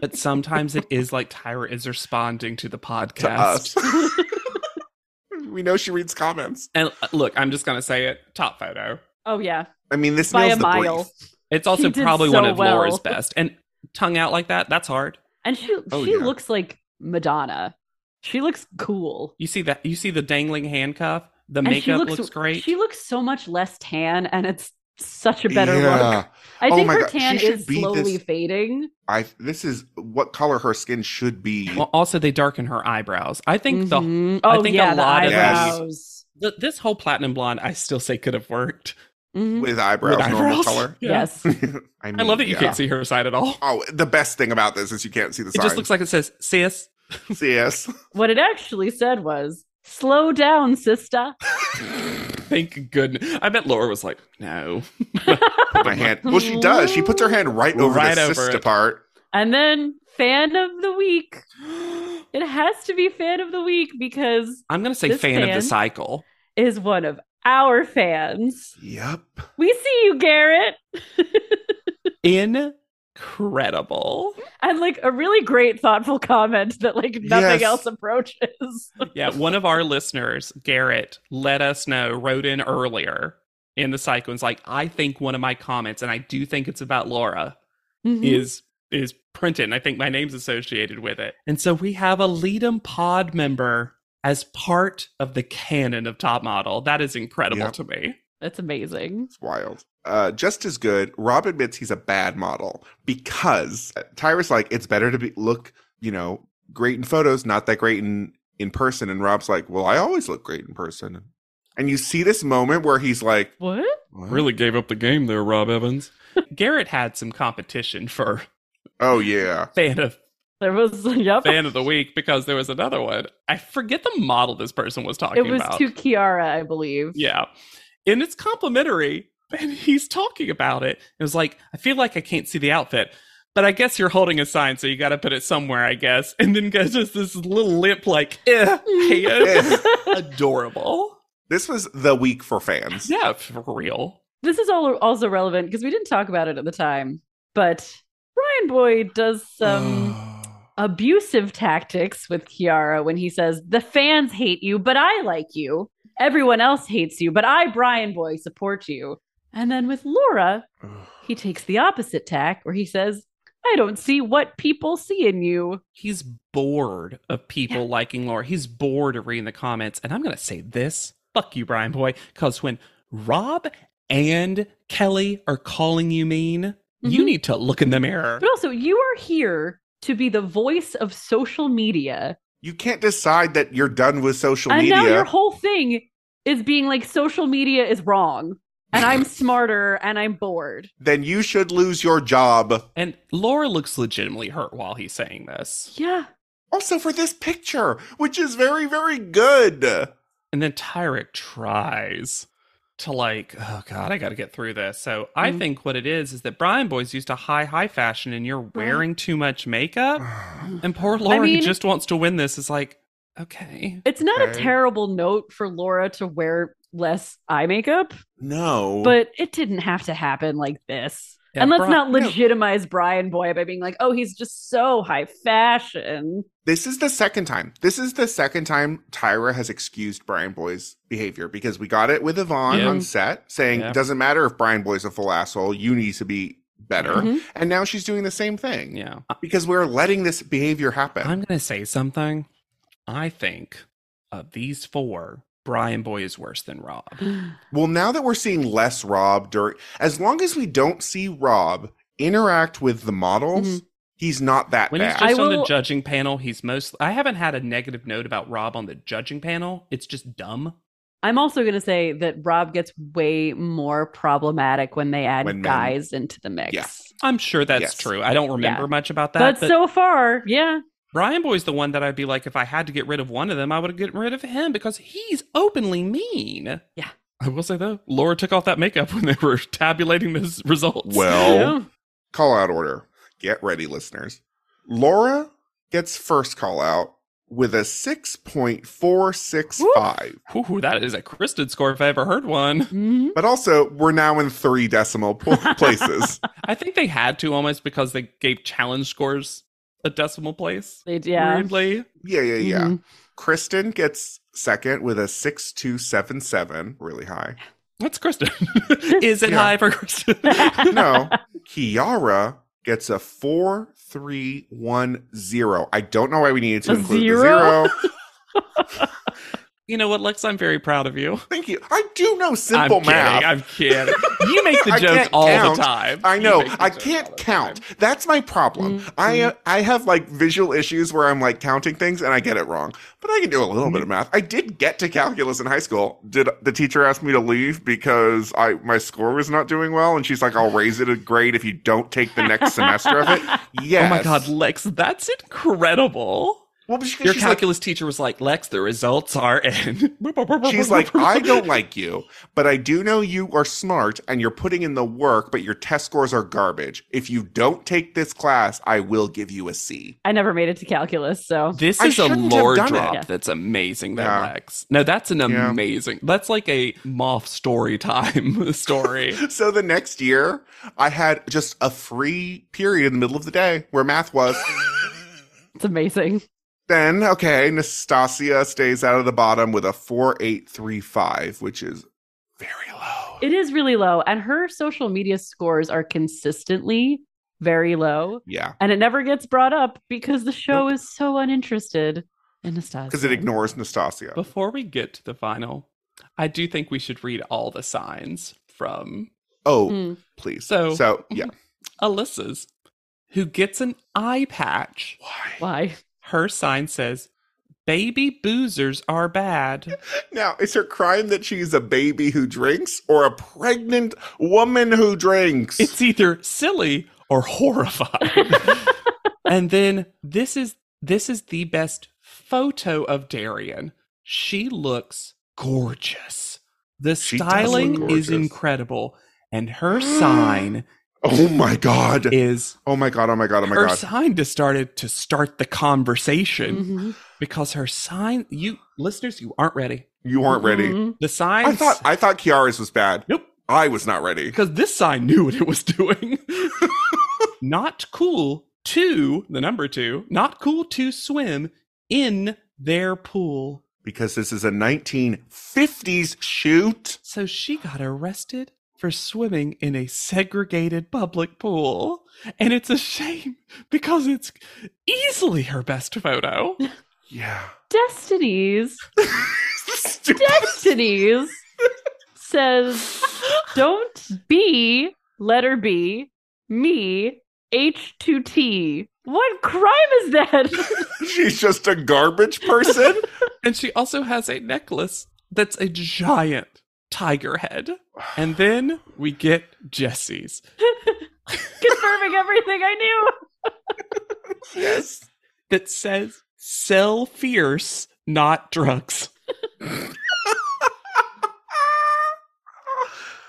S4: But sometimes it is like Tyra is responding to the podcast.
S5: To us. we know she reads comments.
S4: And uh, look, I'm just gonna say it. Top photo.
S3: oh yeah,
S5: I mean, this
S3: by
S5: nails
S3: a
S5: the
S3: mile.
S5: brief.
S4: It's also
S3: He did
S4: probably
S3: so
S4: one of
S3: well.
S4: Laura's best. And tongue out like that, that's hard.
S3: And she
S5: Oh,
S3: she
S5: yeah.
S3: looks like Madonna. She looks cool.
S4: You see that you see the dangling handcuff, the
S3: And she
S4: makeup looks, great.
S3: She looks so much less tan, and it's such a better
S5: yeah.
S3: look. I
S5: Oh
S3: think
S5: my
S3: her
S5: God, she
S3: tan
S5: should
S3: is
S5: be
S3: slowly
S5: this-
S3: fading.
S5: I this is what color her skin should be.
S4: Well, also they darken her eyebrows. I think the
S3: Mhm.
S4: I
S3: oh
S4: think a
S3: yeah, the
S4: lot
S5: of these-
S3: eyebrows.
S4: th- this whole platinum blonde, I still say could have worked
S3: Mhm.
S5: with eyebrows,
S4: with
S5: normal
S4: eyebrows.
S5: color.
S4: Yeah.
S3: Yes.
S5: mean,
S4: I love that you
S5: yeah.
S4: can't see her side at all.
S5: Oh, the best thing about this is you can't see the
S4: It
S5: sign.
S4: just looks like it says "sis."
S5: yes.
S3: what it actually said was, "Slow down, sister."
S4: Thank goodness. I bet Laura was like, "No."
S5: Put my hand. Well, she does. She puts her hand right over
S4: Right
S5: the
S4: over
S5: sister
S4: it.
S5: part.
S3: And then fan of the week. It has to be fan of the week because
S4: I'm gonna say
S3: This
S4: fan, of
S3: fan-
S4: the cycle.
S3: it is one of our fans.
S5: Yep.
S3: We see you, Garrett.
S4: Incredible.
S3: And like a really great thoughtful comment that like nothing
S5: Yes.
S3: else approaches.
S4: Yeah, one of our listeners, Garrett, let us know, wrote in earlier in the cycle and was like, I think one of my comments, and I do think it's about Laura, is is printed. And I think my name's associated with it. And so we have a Leadem Pod member as part of the canon of Top Model. That is incredible
S5: Yep.
S4: to me.
S3: That's amazing.
S5: It's wild. Uh, just as good. Rob admits he's a bad model because Tyra's like, it's better to be look, you know, great in photos, not that great in in person. And Rob's like, well, I always look great in person. And you see this moment where he's like,
S3: What?
S5: what?
S4: gave up the game there, Rob Evans. Garrett had some competition for
S5: Oh yeah,
S4: fan of
S3: There was yep.
S4: fan of the week because there was another one. I forget the model this person was talking
S3: It
S4: about.
S3: was to Kiara, I believe.
S4: Yeah. And it's complimentary. And he's talking about it. It was like, I feel like I can't see the outfit, but I guess you're holding a sign, so you got to put it somewhere, I guess. And then goes just this little limp, like, eh, hand. Adorable.
S5: this was the week for fans.
S4: Yeah, for real.
S3: this is all also relevant because we didn't talk about it at the time, but Ryan Boyd does
S5: Oh.
S3: some abusive tactics with Kiara when he says, The fans hate you, but I like you. Everyone else hates you, but I, Brian Boy, support you. And then with Laura, he takes the opposite tack where he says, I don't see what people see in you.
S4: He's bored of people liking Laura. He's bored of reading the comments. And I'm going to say this fuck you, Brian Boy, because when Rob and Kelly are calling you mean, you
S3: Mhm.
S4: need to look in the mirror.
S3: But also, you are here to be the voice of social media.
S5: You can't decide that you're done with social
S3: and
S5: media.
S3: now your whole thing is being like, social media is wrong. And I'm smarter and I'm bored.
S5: then you should lose your job.
S4: And Laura looks legitimately hurt while he's saying this.
S3: Yeah.
S5: Also for this picture, which is very, very good.
S4: And then Tyrek tries to like, oh god, I got to get through this. So I
S3: Mhm.
S4: think what it is is that Brian Boy's used to high high fashion, and you're wearing too much makeup. And poor Laura, who
S3: mean-
S4: just wants to win this, is like, okay,
S3: It's not a
S5: Okay.
S3: terrible note for Laura to wear less eye makeup,
S5: No.
S3: but it didn't have to happen like this.
S4: Yeah,
S3: and let's
S4: Bri-
S3: not
S4: no.
S3: legitimize Brian Boy by being like, oh, he's just so high fashion.
S5: this is the second time. This is the second time Tyra has excused Brian Boy's behavior because we got it with Yvonne
S4: Yeah.
S5: on set saying
S4: Yeah.
S5: it doesn't matter if Brian Boy's a full asshole, you need to be better.
S3: Mhm.
S5: And now she's doing the same thing.
S4: Mm-hmm. yeah.
S5: Because we're letting this behavior happen.
S4: I'm gonna say something. I think of these four, Brian Boy is worse than Rob.
S5: Well, now that we're seeing less Rob during, as long as we don't see Rob interact with the models, he's not that
S4: Mm-hmm. When he's
S5: bad.
S4: just
S3: I
S4: on the
S3: will-
S4: judging panel, he's most. I haven't had a negative note about Rob on the judging panel. It's just dumb.
S3: I'm also going to say that Rob gets way more problematic when they add
S5: When men-
S3: guys into the mix.
S5: Yeah.
S4: I'm sure that's
S5: Yes.
S4: true. I don't remember much about that.
S3: But,
S4: But,
S3: so far, yeah.
S4: Brian Boy's the one that I'd be like, if I had to get rid of one of them, I would have gotten rid of him because he's openly mean.
S3: Yeah.
S4: I will say though, Laura took off that makeup when they were tabulating his results.
S5: well, call out order. Get ready, listeners. Laura gets first call out with a 6.465.
S4: Ooh, that is a Kristen score if I ever heard one.
S3: Mhm.
S5: But also, we're now in three decimal po- places.
S4: I think they had to almost because they gave challenge scores a decimal place.
S3: They- yeah.
S4: Weirdly.
S5: yeah, yeah, yeah.
S4: Mm-hmm.
S3: Mhm.
S5: Kristen gets second with a 6277, really high.
S4: What's Kristen? is it
S5: Yeah.
S4: high for Kristen?
S5: No. Kiara gets a 4310. I don't know why we needed to
S3: A
S5: include
S3: zero?
S5: the zero.
S4: You know what, Lex? I'm very proud of you.
S5: Thank you. I do know simple
S4: I'm
S5: math.
S4: Kidding, I'm kidding. You make the
S5: I
S4: jokes
S5: can't
S4: all
S5: count.
S4: the time.
S5: I
S4: You
S5: know.
S4: make the
S5: I
S4: jokes all
S5: can't
S4: the time.
S5: count.
S4: Mm-hmm.
S5: That's my problem. I
S3: Mhm.
S5: I have like visual issues where I'm like counting things and I get it wrong. But I can do a little
S4: Mm-hmm.
S5: bit of math. I did get to calculus in high school. Did the teacher ask me to leave because I my score was not doing well and she's like I'll raise it a grade if you don't take the next semester of it.
S4: Oh
S5: Yes.
S4: my god, Lex, that's incredible.
S5: Well, but she,
S4: Your
S5: she's like,
S4: calculus teacher was like, Lex, the results are in.
S5: She's like, I don't like you, but I do know you are smart and you're putting in the work, but your test scores are garbage. If you don't take this class, I will give you a C.
S3: I never made it to calculus, so
S4: This
S5: I
S4: is a
S5: shouldn't have
S4: lore
S5: done it.
S4: drop
S3: Yeah.
S4: that's amazing, that
S5: Yeah.
S4: Lex. No, that's an
S5: Yeah.
S4: amazing. That's like a moth story time story.
S5: So the next year, I had just a free period in the middle of the day where math was.
S3: it's amazing.
S5: then, okay, Nastasia stays out of the bottom with a 4835, which is very low.
S3: It is really low, and her social media scores are consistently very low,
S5: Yeah,
S3: and it never gets brought up because the show is so uninterested in Nastasia.
S5: because it ignores Nastasia.
S4: Before we get to the final, I do think we should read all the signs from
S5: Oh,
S3: Mm.
S5: please.
S4: So-
S5: so yeah.
S4: Alyssa's, who gets an eye patch.
S5: Why?
S3: Why?
S4: Her sign says, Baby boozers are bad.
S5: Now, is her crime that she's a baby who drinks or a pregnant woman who drinks?
S4: It's either silly or horrified. and then this is this is the best photo of Darian. She looks gorgeous. The
S5: She does look
S4: styling
S5: gorgeous.
S4: is incredible. And her sign
S5: oh my god.
S4: is
S5: oh my god, oh my god, oh my
S4: her
S5: god.
S4: sign to started to start the conversation
S5: Mm-hmm.
S3: Mhm.
S4: because her sign you listeners, you aren't ready.
S5: you aren't ready.
S3: Mhm.
S4: The sign
S5: I thought I thought Kiara's was bad.
S4: Nope.
S5: I was not ready.
S4: because this sign knew what it was doing. not cool to the number two, not cool to swim in their pool.
S5: Because this is a 1950s shoot.
S4: So she got arrested for swimming in a segregated public pool. And it's a shame because it's easily her best photo.
S5: Yeah.
S3: Destinies.
S5: Stupid.
S3: Destinies says, "Don't be letter B me H two T." What crime is that?
S5: She's just a garbage person.
S4: And she also has a necklace that's a giant tiger head. And then we get Jesse's.
S3: Confirming everything I knew.
S5: yes.
S4: that says sell fierce, not drugs.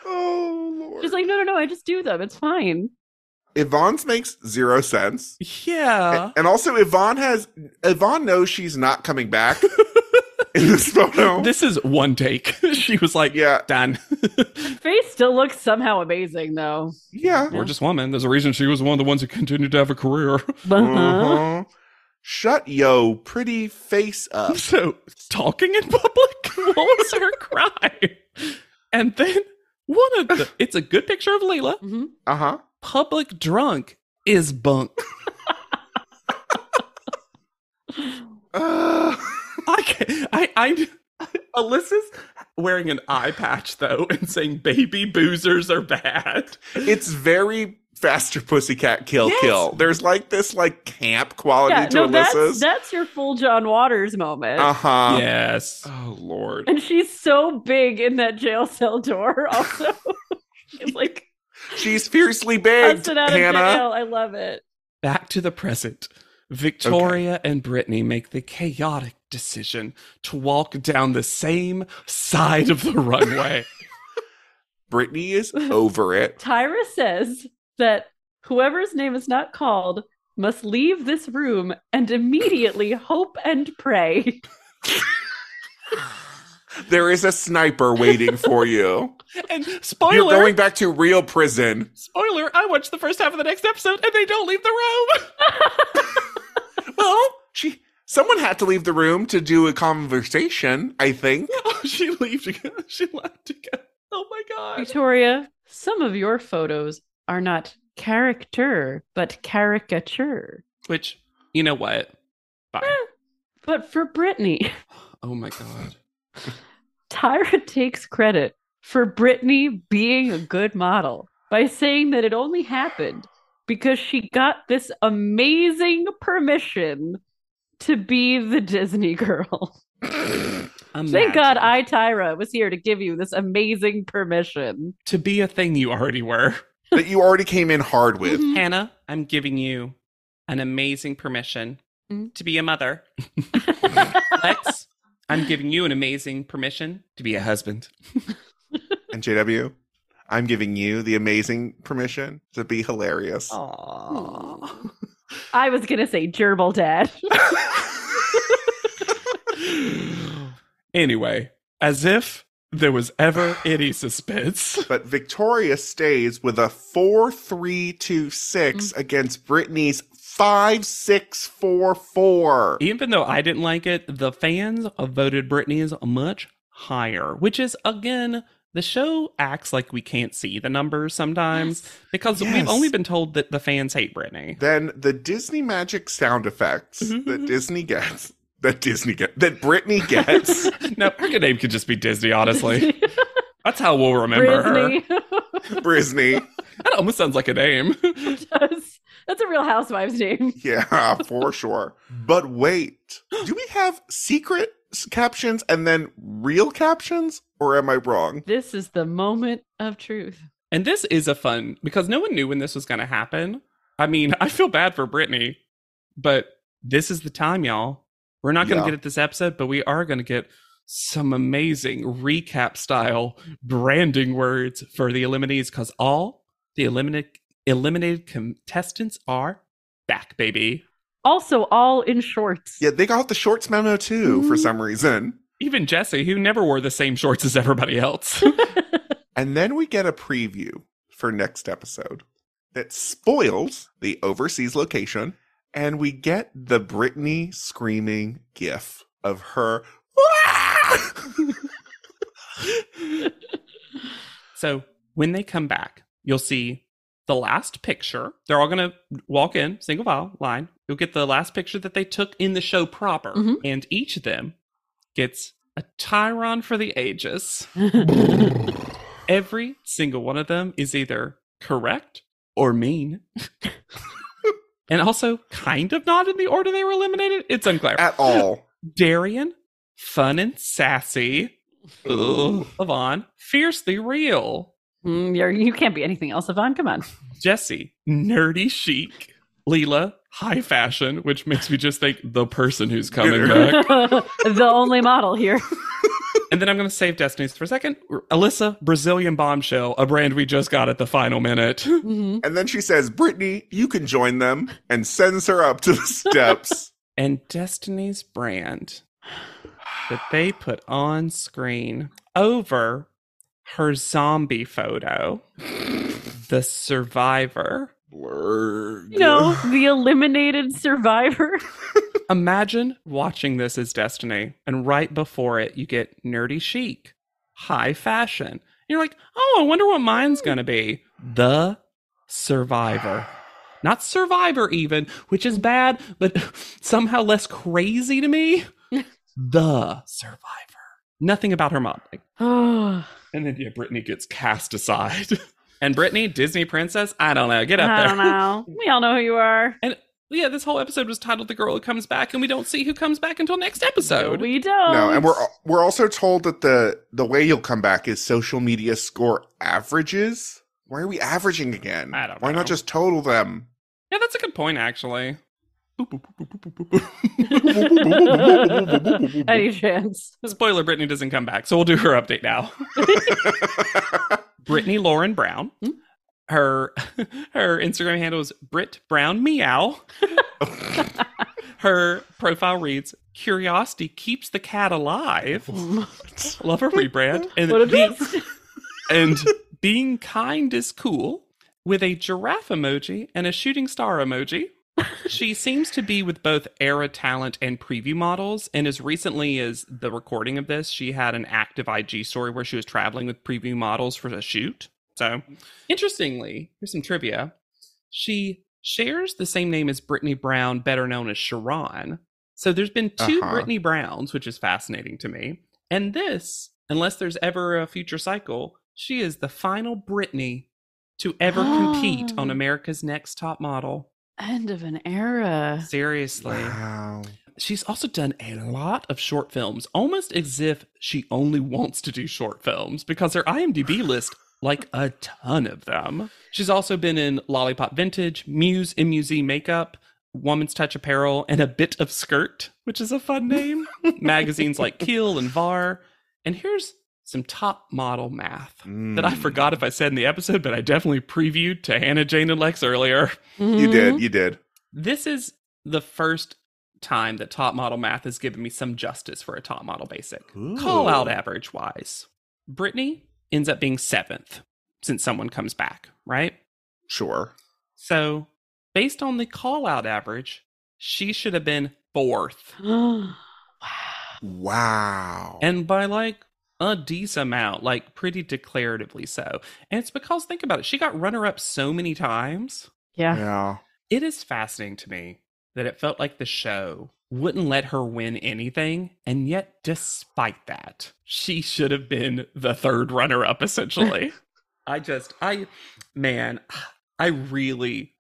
S5: Oh lord.
S3: She's like, no, no, no, I just do them. It's fine.
S5: Yvonne's makes zero sense.
S3: Uh-huh.
S4: Yeah.
S5: and also, Yvonne has Yvonne knows she's not coming back in this photo.
S4: This is one take. she was like,
S5: yeah,
S4: done.
S3: Face still looks somehow amazing, though.
S5: yeah.
S4: Gorgeous woman. There's a reason she was one of the ones who continued to have a career.
S3: Uh-huh.
S5: Uh-huh. Shut yo pretty face up.
S4: so, talking in public? What was her crime? And then one of the, it's a good picture of Leela.
S3: Mhm.
S5: Uh huh.
S4: Public drunk is bunk.
S5: Uh,
S4: I can I I Alyssa's wearing an eye patch though and saying baby boozers are bad.
S5: it's very faster pussycat kill
S4: Yes.
S5: kill. There's like this like camp quality
S3: Yeah,
S5: to
S3: no, that's
S5: Alyssa's.
S3: that's your full John Waters moment.
S5: Uh huh.
S4: yes.
S5: Oh lord.
S3: and she's so big in that jail cell door. Also, she's like
S5: She's fiercely big.
S3: busted out of
S5: Hannah.
S3: jail. I love it.
S4: Back to the present. Victoria and Brittany make the chaotic decision to walk down the same side of the runway.
S5: Brittany is over it.
S3: Tyra says that whoever's name is not called must leave this room and immediately hope and pray.
S5: There is a sniper waiting for you.
S4: and
S5: You're
S4: spoiler,
S5: going back to real prison.
S4: spoiler, I watched the first half of the next episode and they don't leave the room.
S5: Well, she someone had to leave the room to do a conversation, I think.
S4: oh, she leaves to go. She left to go. Oh my god.
S3: Victoria, some of your photos are not character, but caricature.
S4: Which, you know what? Fine.
S3: But for Brittany,
S4: Oh my god.
S3: Tyra takes credit for Brittany being a good model by saying that it only happened because she got this amazing permission to be the Disney girl. Thank God I, Tyra, was here to give you this amazing permission.
S4: to be a thing you already were.
S5: that you already came in hard with.
S3: Mhm.
S4: Hannah, I'm giving you an amazing permission
S3: Mm.
S4: to be a mother. Lex, I'm giving you an amazing permission to be a husband.
S5: And JW, I'm giving you the amazing permission to be hilarious.
S4: Oh. Aww.
S3: I was going to say gerbil dad.
S4: anyway, as if there was ever any suspense.
S5: But Victoria stays with a 4 3 2 6 against Brittany's 5 6 4 4.
S4: Even though I didn't like it, the fans voted Britney's much higher, which is again, the show acts like we can't see the numbers sometimes because
S5: Yes.
S4: we've only been told that the fans hate Britney.
S5: Then the Disney magic sound effects that Disney gets, that Disney get, that Britney gets.
S4: no, her name could just be Disney, honestly. That's how we'll remember her.
S3: Brittany
S5: Brisney.
S4: That almost sounds like a name.
S3: does. That's a real housewives name.
S5: Yeah, for sure. But wait, do we have secret s- captions and then real captions, or am I wrong?
S3: This is the moment of truth.
S4: and this is a fun because no one knew when this was going to happen. I mean, I feel bad for Britney, but this is the time, y'all. We're not going to
S5: Yeah.
S4: get it this episode, but we are going to get some amazing recap style branding words for the eliminees because all the eliminate, eliminated contestants are back, baby.
S3: Also, all in shorts.
S5: Yeah, they got the shorts memo too for
S3: Mhm.
S5: some reason.
S4: Even Jesse, who never wore the same shorts as everybody else.
S5: And then we get a preview for next episode that spoils the overseas location, and we get the Britney screaming gif of her.
S4: So when they come back, you'll see the last picture. They're all going to walk in, single file line. You'll get the last picture that they took in the show proper.
S3: Mhm.
S4: And each of them gets a Tyron for the ages. Every single one of them is either correct or mean. and also kind of not in the order they were eliminated. It's unclear.
S5: At all.
S4: Darian, fun and sassy. Ugh. Levon, fiercely real.
S3: Mm, you're, you can't be anything else, Yvonne. Come on.
S4: Jesse, nerdy chic. Leela, high fashion, which makes me just think the person who's coming back.
S3: the only model here.
S4: And then I'm going to save Destiny's for a second. Alyssa, Brazilian bombshell, a brand we just got at the final minute.
S3: Mhm.
S5: And then she says, Brittany, you can join them, and sends her up to the steps.
S4: And Destiny's brand that they put on screen over her zombie photo, the survivor.
S5: Blurg.
S3: You know, the eliminated survivor.
S4: Imagine watching this as Destiny, and right before it, you get nerdy chic, high fashion. And you're like, oh, I wonder what mine's going to be. The survivor. Not survivor, even, which is bad, but somehow less crazy to me. the survivor. Nothing about her mom. Like,
S3: Oh,
S4: And then, yeah, Brittany gets cast aside. and Brittany, Disney princess, I don't know. Get up
S3: I
S4: there.
S3: don't know. We all know who you are.
S4: Yeah, this whole episode was titled "The Girl Who Comes Back," and we don't see who comes back until next episode.
S3: we don't.
S5: No, and we're we're also told that the the way you'll come back is social media score averages. Why are we averaging again?
S4: I don't
S5: Why
S4: know.
S5: not just total them?
S4: Yeah, that's a good point, actually.
S3: Any chance.
S4: Spoiler: Brittany doesn't come back, so we'll do her update now. Brittany Lauren Brown. Her her Instagram handle is Brit Brown Meow. her profile reads "Curiosity keeps the cat alive." Love her rebrand. And
S3: What a
S4: being-
S3: beast.
S4: and being kind is cool with a giraffe emoji and a shooting star emoji. She seems to be with both era talent and preview models. And as recently as the recording of this, she had an active IG story where she was traveling with preview models for a shoot. So, interestingly, here's some trivia. She shares the same name as Brittany Brown, better known as Sharon. So, there's been 2
S5: Uh-huh.
S4: Brittany Browns, which is fascinating to me. And this, unless there's ever a future cycle, she is the final Britney to ever compete on America's Next Top Model.
S3: End of an era.
S4: Seriously.
S5: Wow.
S4: She's also done a lot of short films, almost as if she only wants to do short films because her IMDb list like a ton of them. She's also been in Lollipop Vintage, Muse MUZ Makeup, Woman's Touch Apparel, and A Bit of Skirt, which is a fun name. Magazines like Kill and Var. And here's some top model math that I
S5: Mm.
S4: forgot if I said in the episode, but I definitely previewed to Hannah, Jane, and Lex earlier.
S3: Mm-hmm.
S5: You
S4: Mm-hmm.
S5: did. You did.
S4: This is the first time that top model math has given me some justice for a top model basic. Call out
S5: Ooh.
S4: average wise. Brittany ends up being seventh since someone comes back, right?
S5: Sure.
S4: So, based on the call out average, she should have been fourth.
S3: wow.
S5: Wow.
S4: And by like a decent amount, like pretty declaratively so. And it's because, think about it, she got runner up so many times.
S3: Yeah.
S5: yeah.
S4: It is fascinating to me that it felt like the show wouldn't let her win anything. And yet, despite that, she should have been the third runner up, essentially. I just, I, man, I really,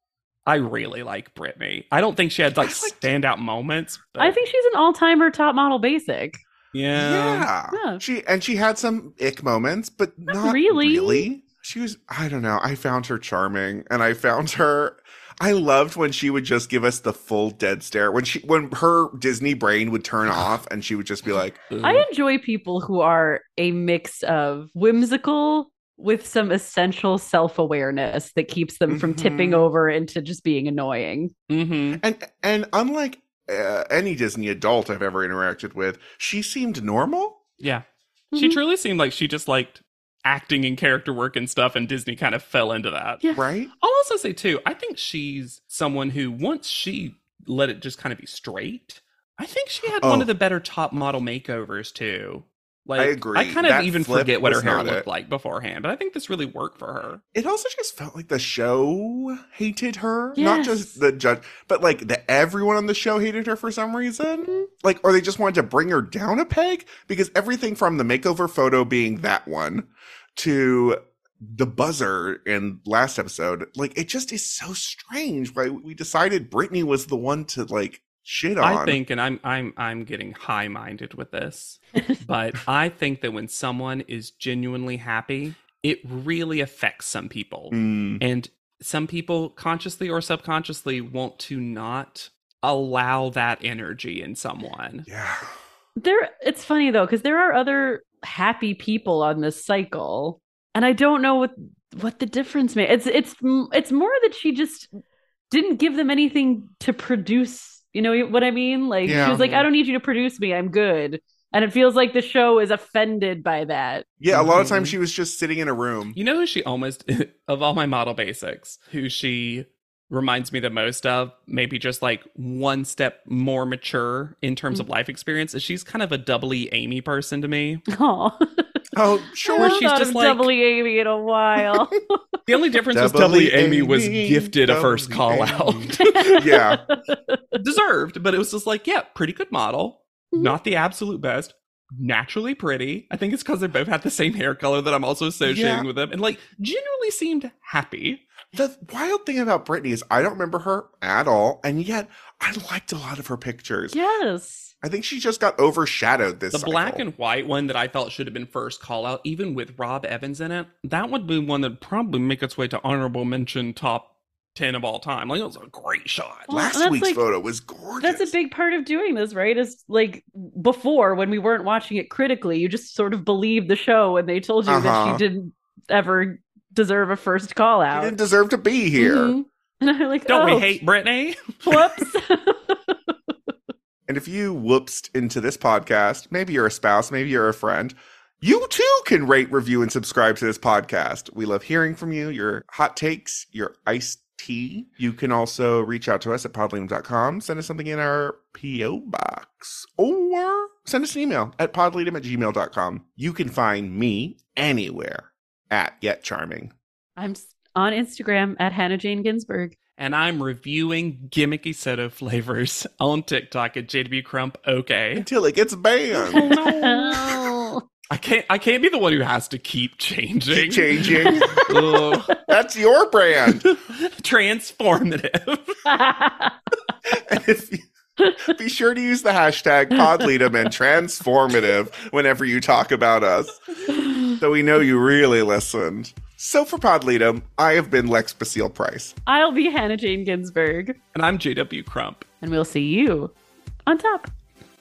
S4: I really like Brittany. I don't think she had like
S5: I liked-
S4: standout moments. But
S3: I think she's an all-timer top model basic.
S4: yeah.
S5: Yeah.
S3: Yeah.
S5: She and she had some ick moments, but not,
S3: really.
S5: really. She was I don't know. I found her charming and I found her I loved when she would just give us the full dead stare. When she when her Disney brain would turn off and she would just be like,
S3: I enjoy people who are a mix of whimsical with some essential self-awareness that keeps them from tipping
S5: Mhm.
S3: over into just being annoying.
S4: Mm-hmm.
S5: and and unlike uh, any Disney adult I've ever interacted with, she seemed normal.
S4: Yeah. She
S3: Mhm.
S4: truly seemed like she just liked acting and character work and stuff, and Disney kind of fell into that.
S3: Yeah.
S5: Right?
S4: I'll also say too, I think she's someone who once she let it just kind of be straight, I think she had one
S5: Oh.
S4: of the better top model makeovers too. Like
S5: agree.
S4: I kind of
S5: That
S4: even
S5: flip
S4: forget what her
S5: was
S4: hair
S5: not
S4: looked
S5: it.
S4: like beforehand, but I think this really worked for her.
S5: It also just felt like the show hated her. Not
S3: Yes.
S5: just the judge, but like the everyone on the show hated her for some reason. Like, or they just wanted to bring her down a peg because everything from the makeover photo being that one to the buzzer in last episode, like it just is so strange why we decided Brittany was the one to like shit on.
S4: I think, and I'm I'm I'm getting high minded with this, but I think that when someone is genuinely happy, it really affects some people.
S5: Mm,
S4: And some people consciously or subconsciously want to not allow that energy in someone.
S5: yeah.
S3: There it's funny though cuz there are other happy people on this cycle and I don't know what what the difference made. It's it's m- it's more that she just didn't give them anything to produce, you know what I mean? Like she
S5: Yeah.
S3: was like I don't need you to produce me. I'm good. And it feels like the show is offended by that.
S5: Yeah, a lot of
S4: Mhm.
S5: times she was just sitting in a room.
S4: You know who she almost, of all my model basics, who she reminds me the most of, maybe just like one step more mature in terms
S5: Mm.
S4: of life experience, is she's kind of a doubly Amy person to me.
S3: Oh.
S5: Oh,
S4: Where
S5: sure.
S4: she's just like-
S3: doubly Amy in a while.
S4: The only difference was
S5: Doubly
S4: doubly Amy was
S5: Amy,
S4: gifted a first
S5: doubly
S4: call
S5: Amy.
S4: out.
S5: yeah.
S4: Deserved, but it was just like, yeah, pretty good model.
S5: Mm-hmm.
S3: Mhm.
S4: Not the absolute best. Naturally pretty. I think it's because they both had the same hair color that I'm also associating
S5: Yeah.
S4: with them. And like generally seemed happy.
S5: The wild thing about Britney is I don't remember her at all, and yet I liked a lot of her pictures.
S3: yes.
S5: I think she just got overshadowed this.
S4: The black
S5: cycle.
S4: and white one that I thought should have been first call out, even with Rob Evans in it, that would be one that'd probably make its way to honorable mention top ten of all time. Like it was a great shot.
S3: Well,
S5: last
S3: that's
S5: week's
S3: like-
S5: photo was gorgeous.
S3: That's a big part of doing this, right? Is like before when we weren't watching it critically, you just sort of believed the show and they told you that she
S5: Uh-huh.
S3: didn't ever deserve a first call
S5: She
S3: out.
S5: didn't deserve to be here.
S3: Mhm. And I'm like,
S4: Don't
S3: oh,
S4: we hate Brittany?
S3: Whoops.
S5: And if you whoopsed into this podcast, maybe you're a spouse, maybe you're a friend, you too can rate, review, and subscribe to this podcast. We love hearing from you, your hot takes, your iced tea. You can also reach out to us at podleadum.com, send us something in our P.O. box, or send us an email at podleadum at gmail.com. You can find me anywhere at Yet Charming.
S3: I'm s- on Instagram at Hannah Jane Ginsburg.
S4: and I'm reviewing gimmicky soda flavors on TikTok at JW Crump. Okay. Oh,
S5: Until it gets banned.
S3: no.
S4: I can't. I can't be the one who has to keep changing.
S5: Keep changing.
S4: Ugh.
S5: That's your brand.
S4: Transformative.
S5: And if you- be sure to use the hashtag podleadum and transformative whenever you talk about us. So we know you really listened. So for Podleadum, I have been Lex Basile Price.
S3: I'll be Hannah Jane Ginsburg,
S4: And I'm J.W. Crump.
S3: and we'll see you on top.